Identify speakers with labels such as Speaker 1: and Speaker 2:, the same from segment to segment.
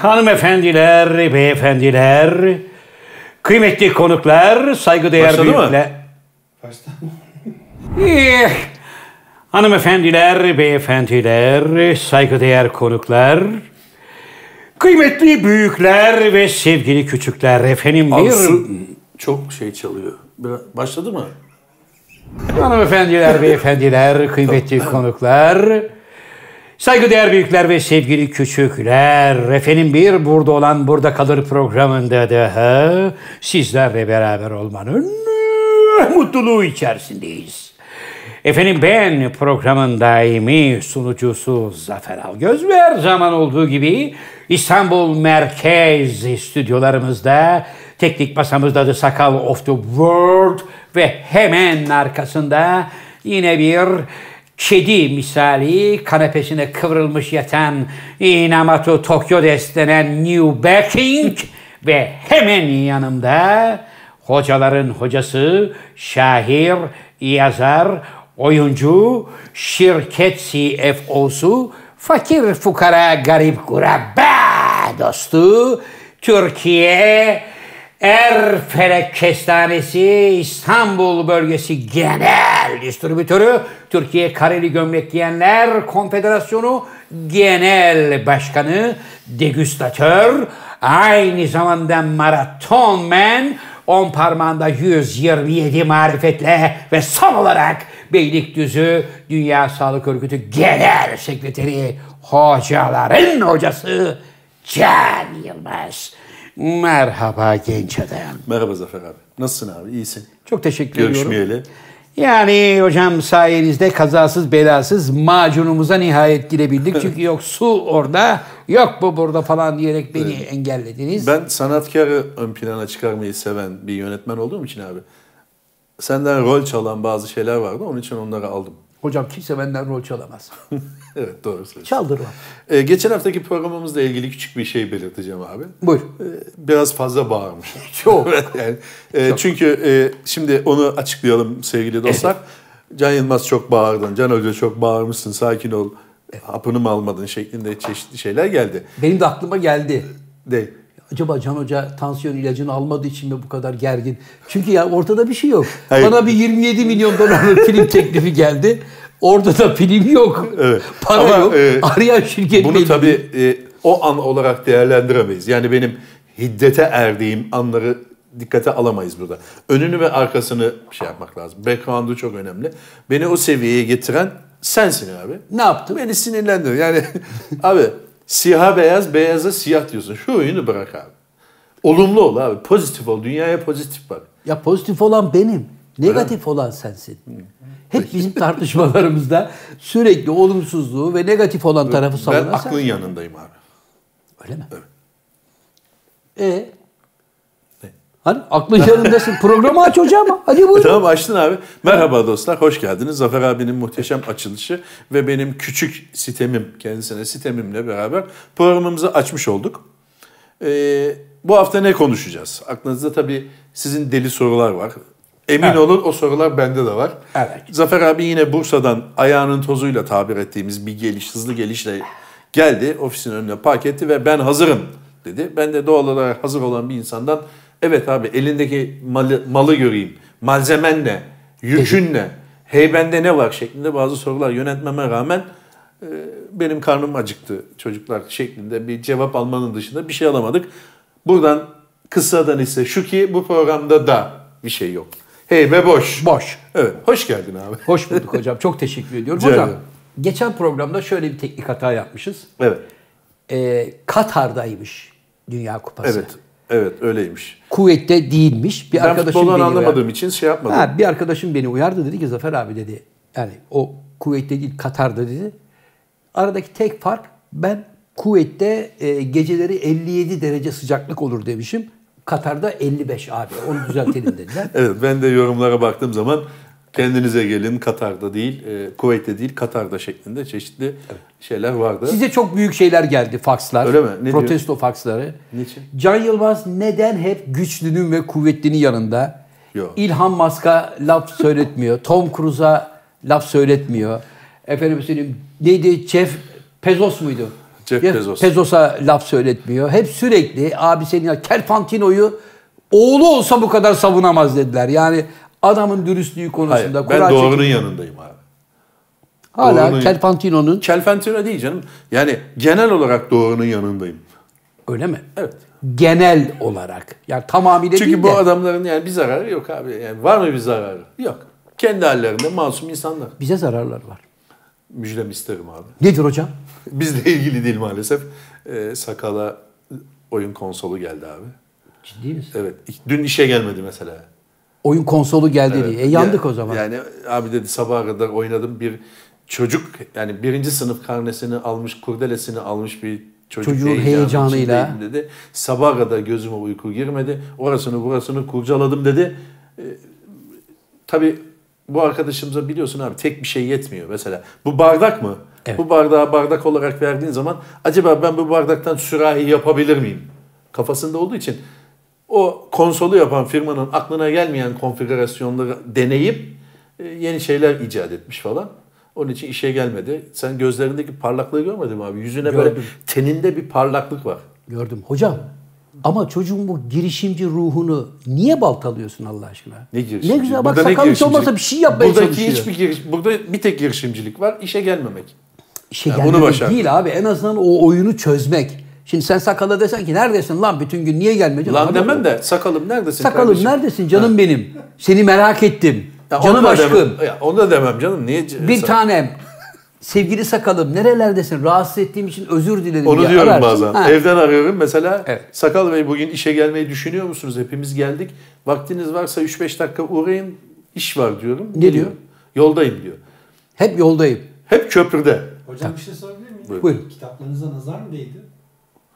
Speaker 1: hanımefendiler, beyefendiler, kıymetli konuklar, saygıdeğer
Speaker 2: Başladı mı?
Speaker 1: büyükler... Eh, hanımefendiler, beyefendiler, saygıdeğer konuklar, kıymetli büyükler ve sevgili küçükler efendim
Speaker 2: Abi
Speaker 1: bir...
Speaker 2: su çok şey çalıyor. Biraz- Başladı mı?
Speaker 1: Hanımefendiler, beyefendiler, kıymetli konuklar, saygıdeğer büyükler ve sevgili küçükler, efendim bir burada olan burada kalır programında daha sizlerle beraber olmanın eh, mutluluğu içerisindeyiz. Efendim ben programın daimi sunucusu Zafer Algöz ve her zaman olduğu gibi İstanbul Merkez stüdyolarımızda teknik masamızda The Sakal of the World ve hemen arkasında yine bir kedi misali kanepesine kıvrılmış yatan Inamatu Tokyo destenen New Backing ve hemen yanımda Hocaların hocası, şair, yazar, oyuncu, şirket CFO'su, fakir fukara garip guraba dostu, Türkiye Erfelek Kestanesi İstanbul Bölgesi Genel Distribütörü, Türkiye Kareli Gömlek Giyenler Konfederasyonu Genel Başkanı, degüstatör, aynı zamanda maraton man, On parmağında 127 marifetle ve son olarak Beylikdüzü Dünya Sağlık Örgütü Genel Sekreteri hocaların hocası Can Yılmaz. Merhaba genç adam.
Speaker 2: Merhaba Zafer abi. Nasılsın abi? İyisin.
Speaker 1: Çok teşekkür ediyorum.
Speaker 2: Görüşmeyeli.
Speaker 1: Yani hocam sayenizde kazasız belasız macunumuza nihayet girebildik. Çünkü yok su orada, yok bu burada falan diyerek beni engellediniz.
Speaker 2: Ben sanatkarı ön plana çıkarmayı seven bir yönetmen olduğum için abi. Senden rol çalan bazı şeyler vardı. Onun için onları aldım.
Speaker 1: Hocam kimse benden rol çalamaz.
Speaker 2: evet doğru söylüyorsun.
Speaker 1: Çaldırma.
Speaker 2: Ee, geçen haftaki programımızla ilgili küçük bir şey belirteceğim abi.
Speaker 1: Buyur.
Speaker 2: Ee, biraz fazla bağırmış.
Speaker 1: Çok.
Speaker 2: yani, e, çünkü e, şimdi onu açıklayalım sevgili dostlar. Can Yılmaz çok bağırdın, Can Hoca çok bağırmışsın, sakin ol, hapını mı almadın şeklinde çeşitli şeyler geldi.
Speaker 1: Benim de aklıma geldi.
Speaker 2: De.
Speaker 1: Acaba Can Hoca tansiyon ilacını almadığı için mi bu kadar gergin? Çünkü ya ortada bir şey yok.
Speaker 2: Hayır.
Speaker 1: Bana bir 27 milyon dolarlık film teklifi geldi. Orada da film yok.
Speaker 2: Evet.
Speaker 1: Para
Speaker 2: Ama,
Speaker 1: yok.
Speaker 2: e,
Speaker 1: Arayan şirket
Speaker 2: Bunu
Speaker 1: belli
Speaker 2: tabii e, o an olarak değerlendiremeyiz. Yani benim hiddete erdiğim anları dikkate alamayız burada. Önünü ve arkasını şey yapmak lazım. Background'u çok önemli. Beni o seviyeye getiren sensin abi.
Speaker 1: Ne yaptım?
Speaker 2: Beni sinirlendir. Yani abi siyah beyaz, beyaza siyah diyorsun. Şu oyunu bırak abi. Olumlu ol abi. Pozitif ol. Dünyaya pozitif bak.
Speaker 1: Ya pozitif olan benim. Negatif olan sensin. Hep bizim tartışmalarımızda sürekli olumsuzluğu ve negatif olan tarafı
Speaker 2: Ben
Speaker 1: savunan sen.
Speaker 2: aklın yanındayım abi.
Speaker 1: Öyle mi? E Hani aklın yanındasın. Programı aç hocam. Hadi buyurun.
Speaker 2: E Tamam açtın abi. Merhaba dostlar, hoş geldiniz. Zafer abinin muhteşem açılışı ve benim küçük sitemim, kendisine sitemimle beraber programımızı açmış olduk. Ee, bu hafta ne konuşacağız? Aklınızda tabii sizin deli sorular var. Emin
Speaker 1: Evet.
Speaker 2: olun o sorular bende de var.
Speaker 1: Evet.
Speaker 2: Zafer abi yine Bursa'dan ayağının tozuyla tabir ettiğimiz bir geliş, hızlı gelişle geldi. Ofisin önüne park etti ve ben hazırım dedi. Ben de doğal olarak hazır olan bir insandan evet abi elindeki malı, malı göreyim. Malzemen ne? Yükün ne? Heybende ne var? Şeklinde bazı sorular yönetmeme rağmen e, benim karnım acıktı çocuklar şeklinde bir cevap almanın dışında bir şey alamadık. Buradan kısadan ise şu ki bu programda da bir şey yok. Heybe boş.
Speaker 1: Boş.
Speaker 2: Evet. Hoş geldin abi.
Speaker 1: Hoş bulduk hocam. Çok teşekkür ediyorum.
Speaker 2: Rica
Speaker 1: Hocam
Speaker 2: ederim.
Speaker 1: geçen programda şöyle bir teknik hata yapmışız.
Speaker 2: Evet.
Speaker 1: Ee, Katar'daymış Dünya Kupası.
Speaker 2: Evet. Evet öyleymiş.
Speaker 1: Kuvvette değilmiş. Bir
Speaker 2: Ben
Speaker 1: arkadaşım
Speaker 2: futboldan
Speaker 1: beni
Speaker 2: anlamadığım
Speaker 1: uyardı.
Speaker 2: için şey yapmadım.
Speaker 1: Ha, bir arkadaşım beni uyardı dedi ki Zafer abi dedi. Yani o kuvvette değil Katar'da dedi. Aradaki tek fark ben kuvvette e, geceleri 57 derece sıcaklık olur demişim. Katar'da 55 abi. Onu düzeltelim dediler.
Speaker 2: Evet ben de yorumlara baktığım zaman kendinize gelin Katar'da değil, e, Kuveyt'te değil Katar'da şeklinde çeşitli şeyler vardı.
Speaker 1: Size çok büyük şeyler geldi fakslar.
Speaker 2: Öyle mi? Ne diyor?
Speaker 1: protesto faksları.
Speaker 2: Niçin?
Speaker 1: Can Yılmaz neden hep güçlünün ve kuvvetlinin yanında?
Speaker 2: Yok.
Speaker 1: İlhan Mask'a laf söyletmiyor. Tom Cruise'a laf söyletmiyor. Efendim söyleyeyim neydi? Jeff Pezos muydu?
Speaker 2: Jeff
Speaker 1: Jeff
Speaker 2: Bezos.
Speaker 1: Bezos'a laf söyletmiyor. Hep sürekli abi senin ya Kerpantino'yu oğlu olsa bu kadar savunamaz dediler. Yani adamın dürüstlüğü
Speaker 2: Hayır,
Speaker 1: konusunda
Speaker 2: ben
Speaker 1: çekimi-
Speaker 2: doğrunun yanındayım abi.
Speaker 1: Hala
Speaker 2: doğrunun-
Speaker 1: Kerpantino'nun
Speaker 2: Kelfentino değil canım. Yani genel olarak doğrunun yanındayım.
Speaker 1: öyle mi?
Speaker 2: Evet.
Speaker 1: Genel olarak. Yani tamamıyla
Speaker 2: Çünkü
Speaker 1: değil
Speaker 2: bu
Speaker 1: de
Speaker 2: adamların yani bir zararı yok abi. Yani var mı bir zararı? Yok. Kendi hallerinde masum insanlar.
Speaker 1: bize zararlar var.
Speaker 2: Müjdem isterim abi.
Speaker 1: Nedir hocam?
Speaker 2: Bizle ilgili değil maalesef. Ee, sakala oyun konsolu geldi abi.
Speaker 1: Ciddi misin?
Speaker 2: Evet. Dün işe gelmedi mesela.
Speaker 1: Oyun konsolu geldi diye. E, yandık
Speaker 2: Ya-
Speaker 1: o zaman.
Speaker 2: Yani abi dedi sabaha kadar oynadım bir çocuk yani birinci sınıf karnesini almış kurdelesini almış bir çocuk
Speaker 1: Çocuğun
Speaker 2: heyecanı
Speaker 1: heyecanıyla.
Speaker 2: içindeydim dedi. Sabaha kadar gözüme uyku girmedi. Orasını burasını kurcaladım dedi. Ee, tabii bu arkadaşımıza biliyorsun abi tek bir şey yetmiyor mesela. Bu bardak mı?
Speaker 1: Evet.
Speaker 2: Bu bardağı bardak olarak verdiğin zaman acaba ben bu bardaktan sürahi yapabilir miyim? Kafasında olduğu için o konsolu yapan firmanın aklına gelmeyen konfigürasyonları deneyip e, yeni şeyler icat etmiş falan. Onun için işe gelmedi. Sen gözlerindeki parlaklığı görmedin mi abi? Yüzüne böyle
Speaker 1: Gördüm.
Speaker 2: teninde bir parlaklık var.
Speaker 1: Gördüm. Hocam ama çocuğun bu girişimci ruhunu niye baltalıyorsun Allah aşkına?
Speaker 2: Ne girişimcilik?
Speaker 1: Ne güzel bak
Speaker 2: Burada ne
Speaker 1: sakal hiç
Speaker 2: girişimcilik?
Speaker 1: olmasa bir şey yapmaya
Speaker 2: Buradaki
Speaker 1: çalışıyor.
Speaker 2: Hiçbir giriş, burada bir tek girişimcilik var. işe gelmemek.
Speaker 1: İşe
Speaker 2: Ya
Speaker 1: gelmemek
Speaker 2: bunu başardı.
Speaker 1: şey değil abi. En azından o oyunu çözmek. Şimdi sen sakala desen ki neredesin lan bütün gün niye gelmedin?
Speaker 2: Lan
Speaker 1: Adam,
Speaker 2: demem de sakalım neredesin
Speaker 1: Sakalım
Speaker 2: kardeşim?
Speaker 1: neredesin canım benim? Seni merak ettim.
Speaker 2: Ya onu
Speaker 1: canım
Speaker 2: da
Speaker 1: aşkım.
Speaker 2: demem- ya onu da demem canım. Niye? c-
Speaker 1: Bir
Speaker 2: sen-
Speaker 1: tanem. Sevgili sakalım nerelerdesin? Rahatsız ettiğim için özür dilerim.
Speaker 2: Onu
Speaker 1: diye
Speaker 2: diyorum
Speaker 1: ararsın.
Speaker 2: bazen.
Speaker 1: Ha.
Speaker 2: Evden arıyorum mesela.
Speaker 1: Evet.
Speaker 2: Sakal Bey bugün işe gelmeyi düşünüyor musunuz? Hepimiz geldik. Vaktiniz varsa 3-5 dakika uğrayın. İş var diyorum.
Speaker 1: Ne
Speaker 2: Geliyor.
Speaker 1: diyor?
Speaker 2: Yoldayım diyor.
Speaker 1: Hep yoldayım.
Speaker 2: Hep köprüde.
Speaker 3: Hocam bir şey sorabilir miyim?
Speaker 2: Buyurun.
Speaker 1: Buyurun.
Speaker 3: Kitaplarınıza nazar mı değdi?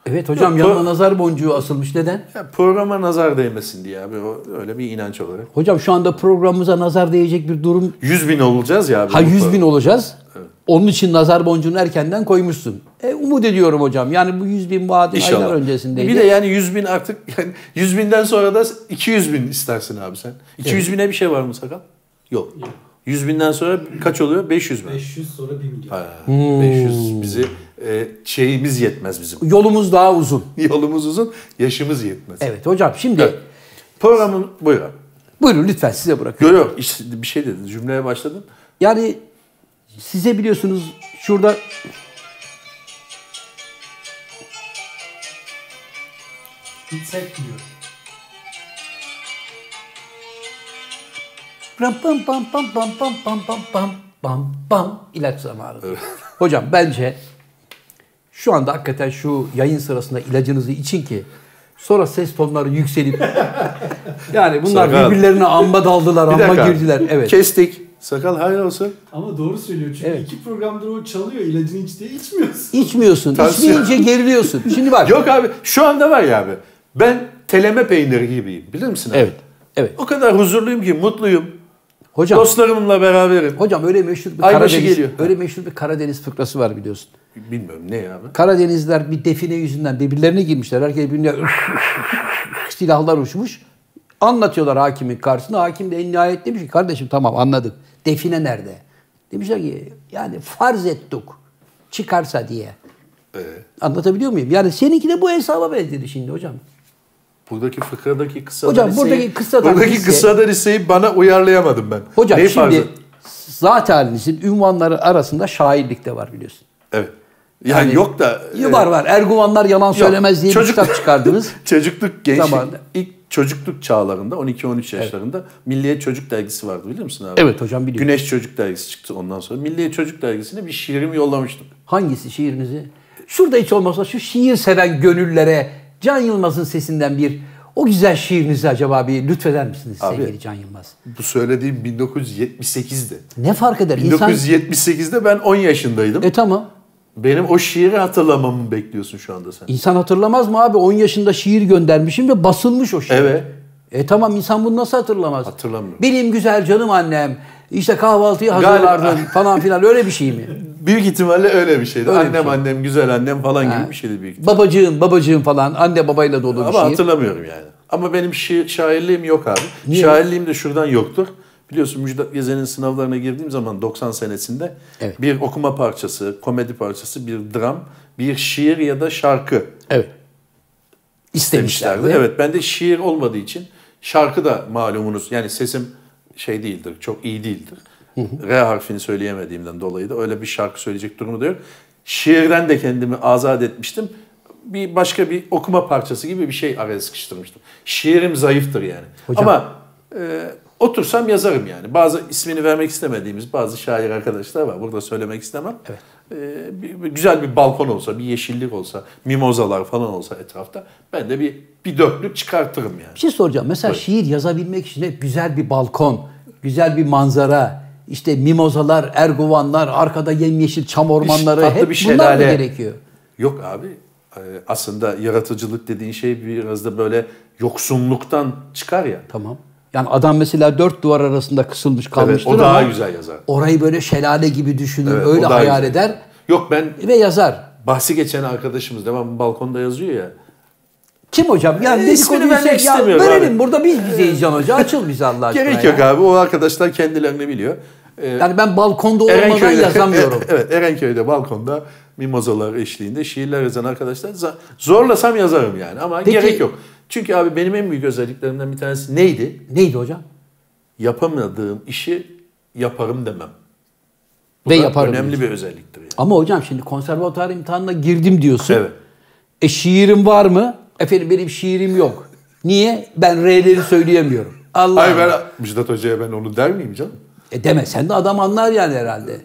Speaker 1: Evet hocam
Speaker 2: Yok,
Speaker 1: yanına
Speaker 2: bu-
Speaker 1: nazar boncuğu asılmış. Neden?
Speaker 2: Ya programa nazar değmesin diye abi. O, öyle bir inanç olarak.
Speaker 1: Hocam şu anda programımıza nazar değecek bir durum.
Speaker 2: 100 bin olacağız ya abi.
Speaker 1: Ha
Speaker 2: bu
Speaker 1: 100 bin
Speaker 2: program.
Speaker 1: olacağız. Onun için nazar boncuğunu erkenden koymuşsun. E, umut ediyorum hocam. Yani bu 100 bin vaadi aylar öncesindeydi.
Speaker 2: Bir de yani 100 bin artık yani 100 binden sonra da 200 bin istersin abi sen. 200 bine bir şey var mı sakal? Yok. 100 binden sonra kaç oluyor? 500 bin.
Speaker 3: 500 sonra 1 milyon.
Speaker 2: Ha,
Speaker 1: Hmm.
Speaker 2: 500 bizi e, şeyimiz yetmez bizim.
Speaker 1: Yolumuz daha uzun.
Speaker 2: Yolumuz uzun, yaşımız yetmez.
Speaker 1: Evet hocam şimdi
Speaker 2: Evet. Programın buyur. abi.
Speaker 1: buyurun lütfen size bırakıyorum.
Speaker 2: Yok yok işte bir şey dedin cümleye başladın.
Speaker 1: Yani size biliyorsunuz şurada
Speaker 3: Hiç sekmiyor.
Speaker 1: pam pam pam pam pam pam pam pam pam pam pam ilaç zamanı. Hocam bence şu anda hakikaten şu yayın sırasında ilacınızı için ki sonra ses tonları yükselip yani bunlar
Speaker 2: Sakal.
Speaker 1: birbirlerine amba daldılar,
Speaker 2: Bir
Speaker 1: amba
Speaker 2: dakika. Şey-
Speaker 1: girdiler. Evet.
Speaker 2: Kestik. Sakal hayır olsun.
Speaker 3: Ama doğru söylüyor çünkü
Speaker 1: Evet.
Speaker 3: iki programdır o çalıyor ilacını iç diye içmiyorsun.
Speaker 1: İçmiyorsun.
Speaker 2: Tansiyon.
Speaker 1: İçmeyince geriliyorsun. Şimdi bak.
Speaker 2: Yok abi şu anda var ya abi. Ben teleme peyniri gibiyim. Bilir misin abi?
Speaker 1: Evet. Evet.
Speaker 2: O kadar huzurluyum ki mutluyum.
Speaker 1: Hocam
Speaker 2: Dostlarımla beraberim.
Speaker 1: hocam öyle meşhur bir
Speaker 2: Aybaşı
Speaker 1: Karadeniz
Speaker 2: şey geliyor.
Speaker 1: öyle meşhur bir Karadeniz fıkrası var biliyorsun.
Speaker 2: Bilmiyorum ne ya abi.
Speaker 1: Karadenizler bir define yüzünden birbirlerine girmişler. Herkes birbirine silahlar uçmuş. Anlatıyorlar hakimin karşısında. Hakim de en nihayet demiş ki kardeşim tamam anladık. Define nerede? Demişler ki yani farz ettik çıkarsa diye.
Speaker 2: Ee,
Speaker 1: Anlatabiliyor muyum? Yani seninki de bu hesaba benzedi şimdi hocam.
Speaker 2: buradaki fıkradaki kısadan
Speaker 1: Hocam,
Speaker 2: liseyi-
Speaker 1: buradaki kısadan
Speaker 2: buradaki
Speaker 1: lise-
Speaker 2: kısadan liseyi bana uyarlayamadım ben.
Speaker 1: Hocam
Speaker 2: Neyi
Speaker 1: şimdi
Speaker 2: farzı?
Speaker 1: zat halinizin ünvanları arasında şairlik de var biliyorsun.
Speaker 2: Evet. Yani,
Speaker 1: Yani-
Speaker 2: yok da e,
Speaker 1: Ya Var var. Erguvanlar yalan Hani söylemez diye bir
Speaker 2: Çocuk-
Speaker 1: kitap çıkardınız.
Speaker 2: çocukluk gençlik
Speaker 1: Zamanında.
Speaker 2: ilk çocukluk çağlarında 12-13 yaşlarında Milliye Çocuk Dergisi vardı biliyor musun abi?
Speaker 1: Evet hocam, biliyorum.
Speaker 2: Güneş Çocuk Dergisi çıktı ondan sonra. Milliye Çocuk Dergisi'ne bir şiirimi yollamıştım.
Speaker 1: Hangisi şiirinizi? Şurada hiç olmazsa şu şiir seven gönüllere Can Yılmaz'ın sesinden bir o güzel şiirinizi acaba bir lütfeder misiniz
Speaker 2: Abi.
Speaker 1: sevgili Can Yılmaz?
Speaker 2: Bu söylediğim 1978'di.
Speaker 1: Ne fark eder? İnsan...
Speaker 2: 1978'de ben 10 yaşındaydım.
Speaker 1: E tamam.
Speaker 2: Benim o şiiri hatırlamamı bekliyorsun şu anda sen.
Speaker 1: İnsan hatırlamaz mı abi? 10 yaşında şiir göndermişim ve basılmış o şiir.
Speaker 2: Evet.
Speaker 1: E tamam insan bunu nasıl hatırlamaz?
Speaker 2: Hatırlamıyorum.
Speaker 1: Benim güzel canım annem. işte kahvaltıyı hazırlardın falan filan öyle bir şey mi?
Speaker 2: Büyük ihtimalle öyle bir şeydi.
Speaker 1: Öyle bir
Speaker 2: annem
Speaker 1: şey.
Speaker 2: annem güzel annem falan gibi bir şeydi büyük ihtimalle.
Speaker 1: Babacığım babacığım falan anne babayla dolu bir şey.
Speaker 2: Ama
Speaker 1: şiir.
Speaker 2: hatırlamıyorum yani. Ama benim şi- şairliğim yok abi.
Speaker 1: Niye?
Speaker 2: Şairliğim de şuradan yoktur. Biliyorsun Müjdat Gezen'in sınavlarına girdiğim zaman 90 senesinde
Speaker 1: Evet.
Speaker 2: bir okuma parçası, komedi parçası, bir dram, bir şiir ya da şarkı
Speaker 1: Evet. İstemişlerdi.
Speaker 2: demişlerdi. Evet ben de şiir olmadığı için şarkı da malumunuz yani sesim şey değildir çok iyi değildir. R harfini söyleyemediğimden dolayı da öyle bir şarkı söyleyecek durumu da yok. Şiirden de kendimi azat etmiştim. Bir başka bir okuma parçası gibi bir şey araya sıkıştırmıştım. Şiirim zayıftır yani.
Speaker 1: Hocam-
Speaker 2: Ama e, otursam yazarım yani. Bazı ismini vermek istemediğimiz bazı şair arkadaşlar var. Burada söylemek istemem.
Speaker 1: Evet.
Speaker 2: Ee, bir- bir güzel bir balkon olsa, bir yeşillik olsa, mimozalar falan olsa etrafta ben de bir bir dörtlük çıkartırım yani.
Speaker 1: Bir şey soracağım. Mesela şiir yazabilmek için hep güzel bir balkon, güzel bir manzara, işte mimozalar, erguvanlar, arkada yemyeşil çam ormanları
Speaker 2: tatlı
Speaker 1: hep
Speaker 2: bir
Speaker 1: bunlar mı
Speaker 2: şelale.
Speaker 1: gerekiyor?
Speaker 2: Yok abi e, aslında yaratıcılık dediğin şey biraz da böyle yoksunluktan çıkar ya.
Speaker 1: Tamam. Yani adam mesela dört duvar arasında kısılmış
Speaker 2: Evet,
Speaker 1: kalmıştır
Speaker 2: o daha
Speaker 1: ama
Speaker 2: güzel yazar.
Speaker 1: orayı böyle şelale gibi düşünür,
Speaker 2: Evet,
Speaker 1: öyle
Speaker 2: o daha
Speaker 1: hayal
Speaker 2: güzel.
Speaker 1: eder
Speaker 2: Yok ben
Speaker 1: ve yazar.
Speaker 2: bahsi geçen arkadaşımız devam balkonda yazıyor ya.
Speaker 1: Kim hocam? Yani
Speaker 2: E,
Speaker 1: dedikoduyu
Speaker 2: ismini
Speaker 1: şey-
Speaker 2: vermek
Speaker 1: ya
Speaker 2: istemiyorum
Speaker 1: Verelim
Speaker 2: abi. E,
Speaker 1: burada biz bizeyiz Can Hoca. Açıl bize Allah aşkına.
Speaker 2: Gerek
Speaker 1: ya.
Speaker 2: yok abi o arkadaşlar kendilerini biliyor. Ee,
Speaker 1: Yani ben balkonda olmadan
Speaker 2: Erenköy'de-
Speaker 1: yazamıyorum.
Speaker 2: evet Erenköy'de balkonda mimozalar eşliğinde şiirler yazan arkadaşlar za- zorlasam yazarım yani ama
Speaker 1: Peki-
Speaker 2: gerek yok. Çünkü abi benim en büyük özelliklerimden bir tanesi neydi?
Speaker 1: Neydi hocam?
Speaker 2: Yapamadığım işi yaparım demem. Bu
Speaker 1: Ve
Speaker 2: da
Speaker 1: yaparım.
Speaker 2: Önemli
Speaker 1: diyorsun.
Speaker 2: bir özelliktir yani.
Speaker 1: Ama hocam şimdi konservatuar imtihanına girdim diyorsun.
Speaker 2: Evet.
Speaker 1: E şiirim var mı? Efendim benim şiirim yok. Niye? Ben R'leri söyleyemiyorum. Allah
Speaker 2: Hayır
Speaker 1: Allah.
Speaker 2: ben Müjdat Hoca'ya ben onu der miyim canım?
Speaker 1: E deme sen de adam anlar yani herhalde.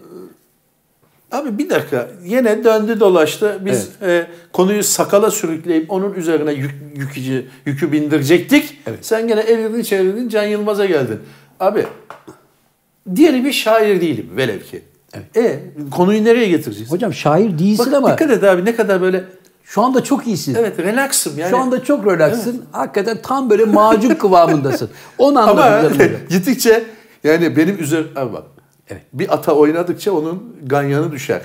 Speaker 2: Abi bir dakika yine döndü dolaştı. Biz e, konuyu sakala sürükleyip onun üzerine yük, yükücü, yükü bindirecektik. Sen gene evirdin çevirdin Can Yılmaz'a geldin. Abi diğeri bir şair değilim velev ki. E, konuyu nereye getireceksin?
Speaker 1: Hocam şair
Speaker 2: Bak,
Speaker 1: değilsin ama
Speaker 2: dikkat et abi ne kadar böyle
Speaker 1: şu anda çok iyisin.
Speaker 2: evet relaxım yani.
Speaker 1: Şu anda çok relaxsın. Hakikaten tam böyle macun kıvamındasın. Onu anladım
Speaker 2: Ama
Speaker 1: canım hocam.
Speaker 2: gittikçe yani benim üzer abi bak.
Speaker 1: Evet.
Speaker 2: Bir ata oynadıkça onun ganyanı düşer.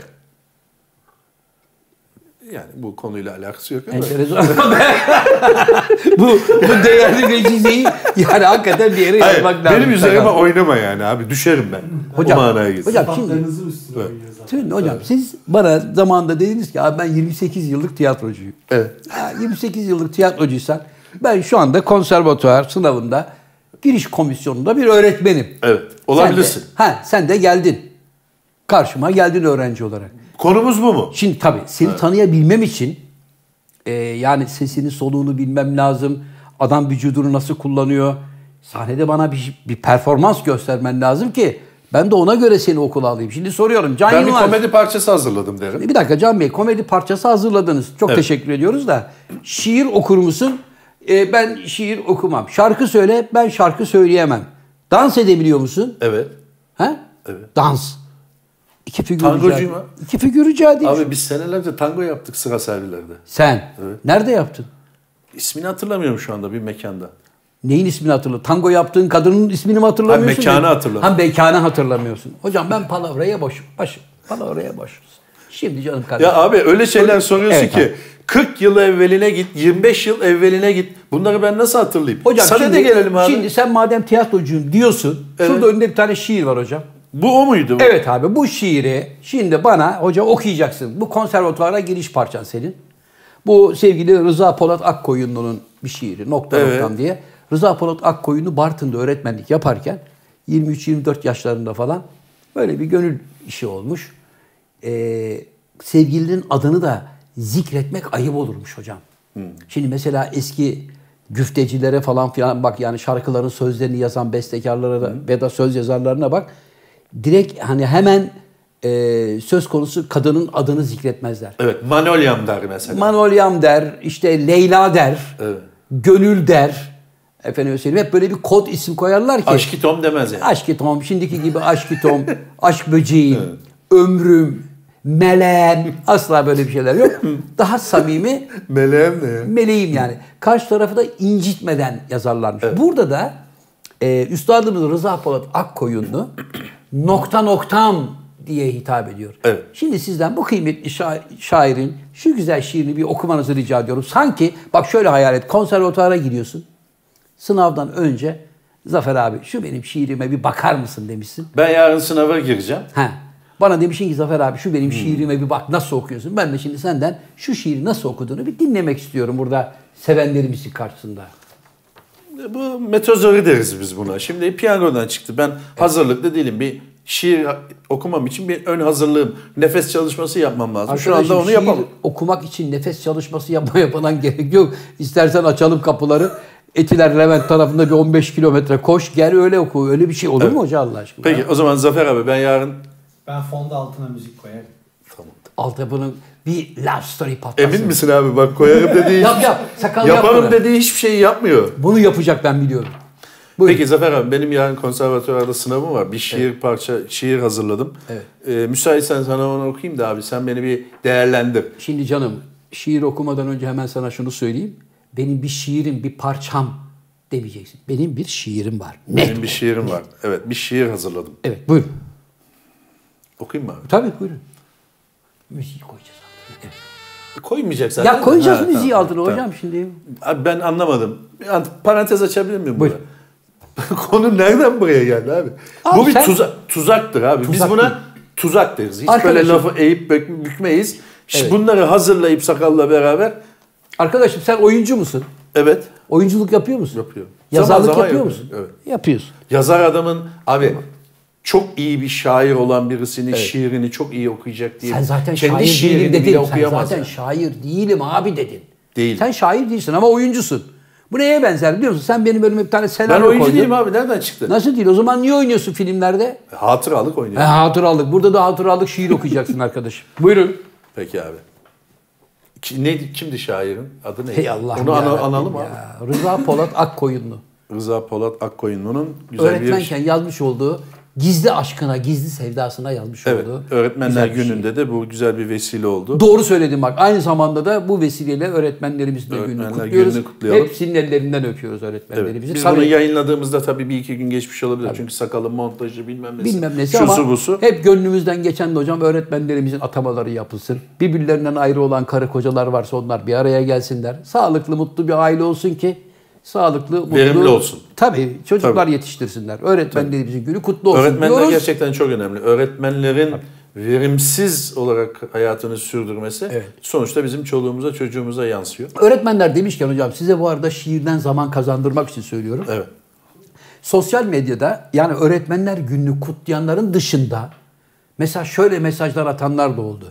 Speaker 2: Yani bu konuyla alakası yok ama.
Speaker 1: Enteresan. bu, bu değerli vecizeyi yani hakikaten bir yere
Speaker 2: Hayır,
Speaker 1: yazmak lazım.
Speaker 2: benim üzerime oynama yani abi. Düşerim ben.
Speaker 1: Hocam,
Speaker 2: o manaya gitsin.
Speaker 1: hocam-
Speaker 3: Patlarınızın üstüne oynuyor zaten.
Speaker 1: Tüyün hocam siz bana zamanında dediniz ki abi ben 28 yıllık tiyatrocuyum.
Speaker 2: Evet.
Speaker 1: Ha, 28 yıllık tiyatrocuysan ben şu anda konservatuar sınavında giriş komisyonunda bir öğretmenim.
Speaker 2: Evet. Olabilirsin.
Speaker 1: Sen de, ha, sen de geldin. Karşıma geldin öğrenci olarak.
Speaker 2: Konumuz bu mu?
Speaker 1: Şimdi tabii seni tanıyabilmem için e, yani sesini soluğunu bilmem lazım. Adam vücudunu nasıl kullanıyor. Sahnede bana bir, bir performans göstermen lazım ki ben de ona göre seni okula alayım. Şimdi soruyorum Can
Speaker 2: Ben bir
Speaker 1: Yılmaz.
Speaker 2: komedi parçası hazırladım derim.
Speaker 1: Bir dakika Can Bey komedi parçası hazırladınız. Çok
Speaker 2: Evet.
Speaker 1: teşekkür ediyoruz da şiir okur musun? E, ben şiir okumam. Şarkı söyle ben şarkı söyleyemem. Dans edebiliyor musun?
Speaker 2: Evet.
Speaker 1: Ha?
Speaker 2: Evet.
Speaker 1: Dans. İki figür
Speaker 2: Tangocuyum
Speaker 1: rica-
Speaker 2: ha.
Speaker 1: İki figür rica edeyim.
Speaker 2: Abi biz senelerce tango yaptık sıra servilerde.
Speaker 1: Sen nerede yaptın?
Speaker 2: İsmini hatırlamıyorum şu anda bir mekanda.
Speaker 1: Neyin ismini hatırla? Tango yaptığın kadının ismini mi hatırlamıyorsun?
Speaker 2: Ha, mekanı hatırlamıyorum.
Speaker 1: Ha mekanı hatırlamıyorsun. Hocam ben palavraya boşum. Başım. Palavraya boşum. Şimdi canım kardeşim.
Speaker 2: Ya abi öyle şeyler soruyorsun
Speaker 1: Evet
Speaker 2: ki 40 yıl evveline git, 25 yıl evveline git. Bunları ben nasıl hatırlayayım?
Speaker 1: hocam
Speaker 2: Sana
Speaker 1: şimdi,
Speaker 2: da gelelim abi.
Speaker 1: şimdi sen madem tiyatrocuyum diyorsun. Şurada önünde bir tane şiir var hocam.
Speaker 2: Bu o muydu?
Speaker 1: Evet abi bu şiiri şimdi bana hoca okuyacaksın. Bu konservatuara giriş parçan senin. Bu sevgili Rıza Polat Akkoyunlu'nun bir şiiri nokta
Speaker 2: Evet.
Speaker 1: noktam diye. Rıza Polat Akkoyunlu Bartın'da öğretmenlik yaparken 23-24 yaşlarında falan böyle bir gönül işi olmuş. Ee, sevgilinin adını da zikretmek ayıp olurmuş hocam. Şimdi mesela eski güftecilere falan filan bak yani şarkıların sözlerini yazan bestekarlara da, ve da söz yazarlarına bak. Direkt hani hemen e, söz konusu kadının adını zikretmezler.
Speaker 2: Evet. Manolyam der mesela.
Speaker 1: Manolyam der, işte Leyla der,
Speaker 2: Evet.
Speaker 1: Gönül der. Efendim söyleyeyim hep böyle bir kod isim koyarlar ki.
Speaker 2: Aşkitom demez yani.
Speaker 1: Aşkı Tom, şimdiki gibi Aşkı Tom, Aşk Böceğim, Ömrüm, Melen asla böyle bir şeyler yok. Daha samimi
Speaker 2: Meleğim ne ya?
Speaker 1: meleğim yani. Karşı tarafı da incitmeden yazarlarmış. Burada da e, Üstadımız Rıza Polat Akkoyunlu nokta noktam diye hitap ediyor.
Speaker 2: Evet.
Speaker 1: Şimdi sizden bu kıymetli şa- şairin şu güzel şiirini bir okumanızı rica ediyorum. Sanki bak şöyle hayal et konservatuara giriyorsun. Sınavdan önce Zafer abi şu benim şiirime bir bakar mısın demişsin.
Speaker 2: Ben yarın sınava gireceğim.
Speaker 1: Ha. Bana demişsin ki Zafer abi şu benim şiirime bir bak nasıl okuyorsun. Ben de şimdi senden şu şiiri nasıl okuduğunu bir dinlemek istiyorum burada sevenlerimizin karşısında.
Speaker 2: Bu metozori deriz biz buna. Şimdi piyangodan çıktı. Ben hazırlıklı değilim. Bir şiir okumam için bir ön hazırlığım, nefes çalışması yapmam lazım. Şu
Speaker 1: Arkadaşım,
Speaker 2: anda onu
Speaker 1: şiir
Speaker 2: yapamam.
Speaker 1: okumak için nefes çalışması yapmaya falan gerek yok. İstersen açalım kapıları. Etiler Levent tarafında bir 15 kilometre koş gel öyle oku. Öyle bir şey olur mu hoca Allah aşkına?
Speaker 2: Peki o zaman Zafer abi ben yarın
Speaker 4: Ben fonda altına müzik koyarım.
Speaker 1: Altyapının bir love story patlasın.
Speaker 2: emin misin abi bak koyarım dediği
Speaker 1: Yap yap. Sakal yap
Speaker 2: yaparım
Speaker 1: bunu.
Speaker 2: dediği hiçbir şeyi yapmıyor.
Speaker 1: Bunu yapacak ben biliyorum. Buyurun.
Speaker 2: Peki Zafer abi benim yarın konservatuvarda sınavım var. Bir şiir parça şiir hazırladım.
Speaker 1: Evet.
Speaker 2: Ee, müsaitsen sana onu okuyayım da abi sen beni bir değerlendir.
Speaker 1: Şimdi canım şiir okumadan önce hemen sana şunu söyleyeyim. Benim bir şiirim, bir parçam demeyeceksin. Benim bir şiirim var. Net.
Speaker 2: Benim bir şiirim var. Evet bir şiir hazırladım.
Speaker 1: Evet buyurun.
Speaker 2: Okuyayım mı abi?
Speaker 1: Tabii buyurun. Müziği koyacağız altına. Evet.
Speaker 2: Koymayacak zaten.
Speaker 1: Ya koyacağız
Speaker 2: Ha,
Speaker 1: müziği
Speaker 2: tamam,
Speaker 1: altına
Speaker 2: tamam.
Speaker 1: hocam şimdi.
Speaker 2: Abi ben anlamadım. Bir ant- Parantez açabilir miyim
Speaker 1: Buyur.
Speaker 2: buna? Konu nereden buraya geldi abi?
Speaker 1: Abi
Speaker 2: Bu bir
Speaker 1: sen-
Speaker 2: tuza- tuzaktır abi. Biz
Speaker 1: Tuzak
Speaker 2: buna
Speaker 1: mı?
Speaker 2: tuzak deriz. Hiç böyle
Speaker 1: Arkadaşım-
Speaker 2: lafı eğip bük- bükmeyiz. Ş-
Speaker 1: Evet.
Speaker 2: Bunları hazırlayıp sakalla beraber
Speaker 1: Arkadaşım sen oyuncu musun?
Speaker 2: evet
Speaker 1: Oyunculuk yapıyor musun?
Speaker 2: Yapıyorum.
Speaker 1: Yazarlık
Speaker 2: Zaman zaman
Speaker 1: yapıyor
Speaker 2: yapıyorum,
Speaker 1: musun? Yapıyorsun.
Speaker 2: yazar adamın abi çok iyi bir şair olan birisinin şiirini çok iyi okuyacak diye
Speaker 1: Sen zaten
Speaker 2: kendi
Speaker 1: şair değilim
Speaker 2: şiirini
Speaker 1: dedin.
Speaker 2: bile
Speaker 1: Sen
Speaker 2: okuyamaz.
Speaker 1: zaten
Speaker 2: yani.
Speaker 1: şair değilim abi dedin.
Speaker 2: Değil.
Speaker 1: Sen şair değilsin ama oyuncusun. Bu neye benzer biliyor musun? Sen benim önüme bir tane senaryo
Speaker 2: Ben oyuncu
Speaker 1: koydun.
Speaker 2: değilim abi nereden çıktı?
Speaker 1: Nasıl değil? O zaman niye oynuyorsun filmlerde?
Speaker 2: Hatıralık
Speaker 1: E,
Speaker 2: oynuyor.
Speaker 1: hatıralık. Burada da hatıralık şiir okuyacaksın arkadaşım. Buyurun.
Speaker 2: Peki abi. Ki- ne, kimdi şairin? Adı neydi?
Speaker 1: Hey Allah'ım
Speaker 2: Onu ana-
Speaker 1: yarabbim
Speaker 2: analım abi.
Speaker 1: ya. Rıza Polat Akkoyunlu.
Speaker 2: Rıza Polat Akkoyunlu'nun güzel bir...
Speaker 1: Öğretmenken yazmış olduğu gizli aşkına, gizli sevdasına yazmış
Speaker 2: Evet,
Speaker 1: olduğu.
Speaker 2: öğretmenler
Speaker 1: güzel bir şey.
Speaker 2: gününde de bu güzel bir vesile oldu.
Speaker 1: Doğru söyledim bak. Aynı zamanda da bu vesileyle öğretmenlerimizin de
Speaker 2: Öğretmenler
Speaker 1: gününü kutluyoruz.
Speaker 2: gününü kutlayalım.
Speaker 1: Hepsinin ellerinden öpüyoruz
Speaker 2: Evet.
Speaker 1: öğretmenlerimizi.
Speaker 2: Biz
Speaker 1: Tabii
Speaker 2: bunu yayınladığımızda tabii bir iki gün geçmiş olabilir. Çünkü sakalı, montajı bilmem nesi.
Speaker 1: bilmem nesi
Speaker 2: şusu
Speaker 1: ama
Speaker 2: busu.
Speaker 1: hep gönlümüzden geçen de hocam öğretmenlerimizin atamaları yapılsın. Birbirlerinden ayrı olan karı kocalar varsa onlar bir araya gelsinler. Sağlıklı, mutlu bir aile olsun ki sağlıklı, mutlu.
Speaker 2: Verimli olsun.
Speaker 1: Tabii çocuklar
Speaker 2: Tabii.
Speaker 1: yetiştirsinler. Öğretmenlerimizin günü kutlu olsun
Speaker 2: Öğretmenler
Speaker 1: diyoruz.
Speaker 2: gerçekten çok önemli. Öğretmenlerin verimsiz olarak hayatını sürdürmesi
Speaker 1: Evet.
Speaker 2: sonuçta bizim çoluğumuza, çocuğumuza yansıyor.
Speaker 1: Öğretmenler demişken hocam size bu arada şiirden zaman kazandırmak için söylüyorum.
Speaker 2: Evet.
Speaker 1: Sosyal medyada yani öğretmenler gününü kutlayanların dışında mesela şöyle mesajlar atanlar da oldu.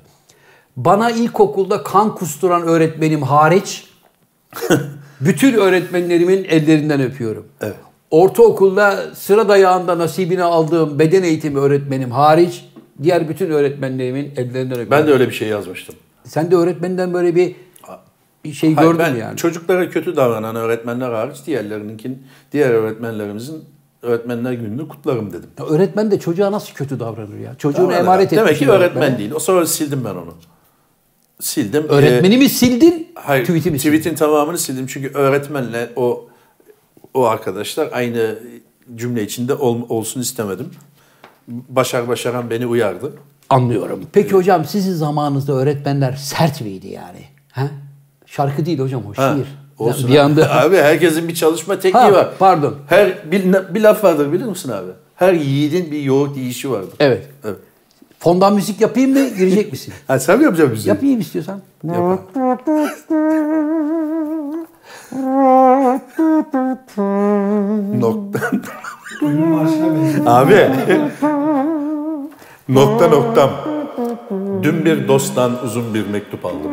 Speaker 1: Bana ilkokulda kan kusturan öğretmenim hariç bütün öğretmenlerimin ellerinden öpüyorum.
Speaker 2: Evet.
Speaker 1: Ortaokulda sıra dayağında nasibini aldığım beden eğitimi öğretmenim hariç diğer bütün öğretmenlerimin ellerinden öpüyorum.
Speaker 2: Ben de öyle bir şey yazmıştım.
Speaker 1: Sen de öğretmenden böyle bir şey
Speaker 2: Hayır,
Speaker 1: gördün
Speaker 2: ben
Speaker 1: mü yani.
Speaker 2: Çocuklara kötü davranan öğretmenler hariç diğerlerininkin, diğer öğretmenlerimizin öğretmenler gününü kutlarım dedim.
Speaker 1: Ya öğretmen de çocuğa nasıl kötü davranır ya? Çocuğunu
Speaker 2: Tamam,
Speaker 1: emanet
Speaker 2: evet.
Speaker 1: etmiş.
Speaker 2: Demek ki öğretmen değil. O sonra sildim ben onu.
Speaker 1: Ee,
Speaker 2: Sildim.
Speaker 1: Öğretmeni mi sildin?
Speaker 2: Ee, hayır,
Speaker 1: tweet'i mi sildin?
Speaker 2: tweet'in tamamını sildim çünkü öğretmenle o o arkadaşlar aynı cümle içinde ol- olsun istemedim. Başar Başaran beni uyardı.
Speaker 1: Anlıyorum. Ee, Peki hocam sizin zamanınızda öğretmenler sert miydi yani? Ha? Şarkı değil hocam o şiir.
Speaker 2: Ha,
Speaker 1: Ya
Speaker 2: olsun
Speaker 1: bir
Speaker 2: abi.
Speaker 1: anda
Speaker 2: Abi herkesin bir çalışma tekniği
Speaker 1: Ha,
Speaker 2: var.
Speaker 1: pardon.
Speaker 2: Her bir, bir laf vardır biliyor musun abi? Her yiğidin bir yoğurt yiyişi vardır.
Speaker 1: evet.
Speaker 2: Evet.
Speaker 1: Fondan müzik yapayım mı? Girecek misin?
Speaker 2: Ha, sen mi yapacaksın bizi?
Speaker 1: yapayım istiyorsan.
Speaker 2: Yapalım. Nokta.
Speaker 4: Düğün marşına benziyor.
Speaker 2: Abi. nokta noktam. Dün bir dosttan uzun bir mektup aldım.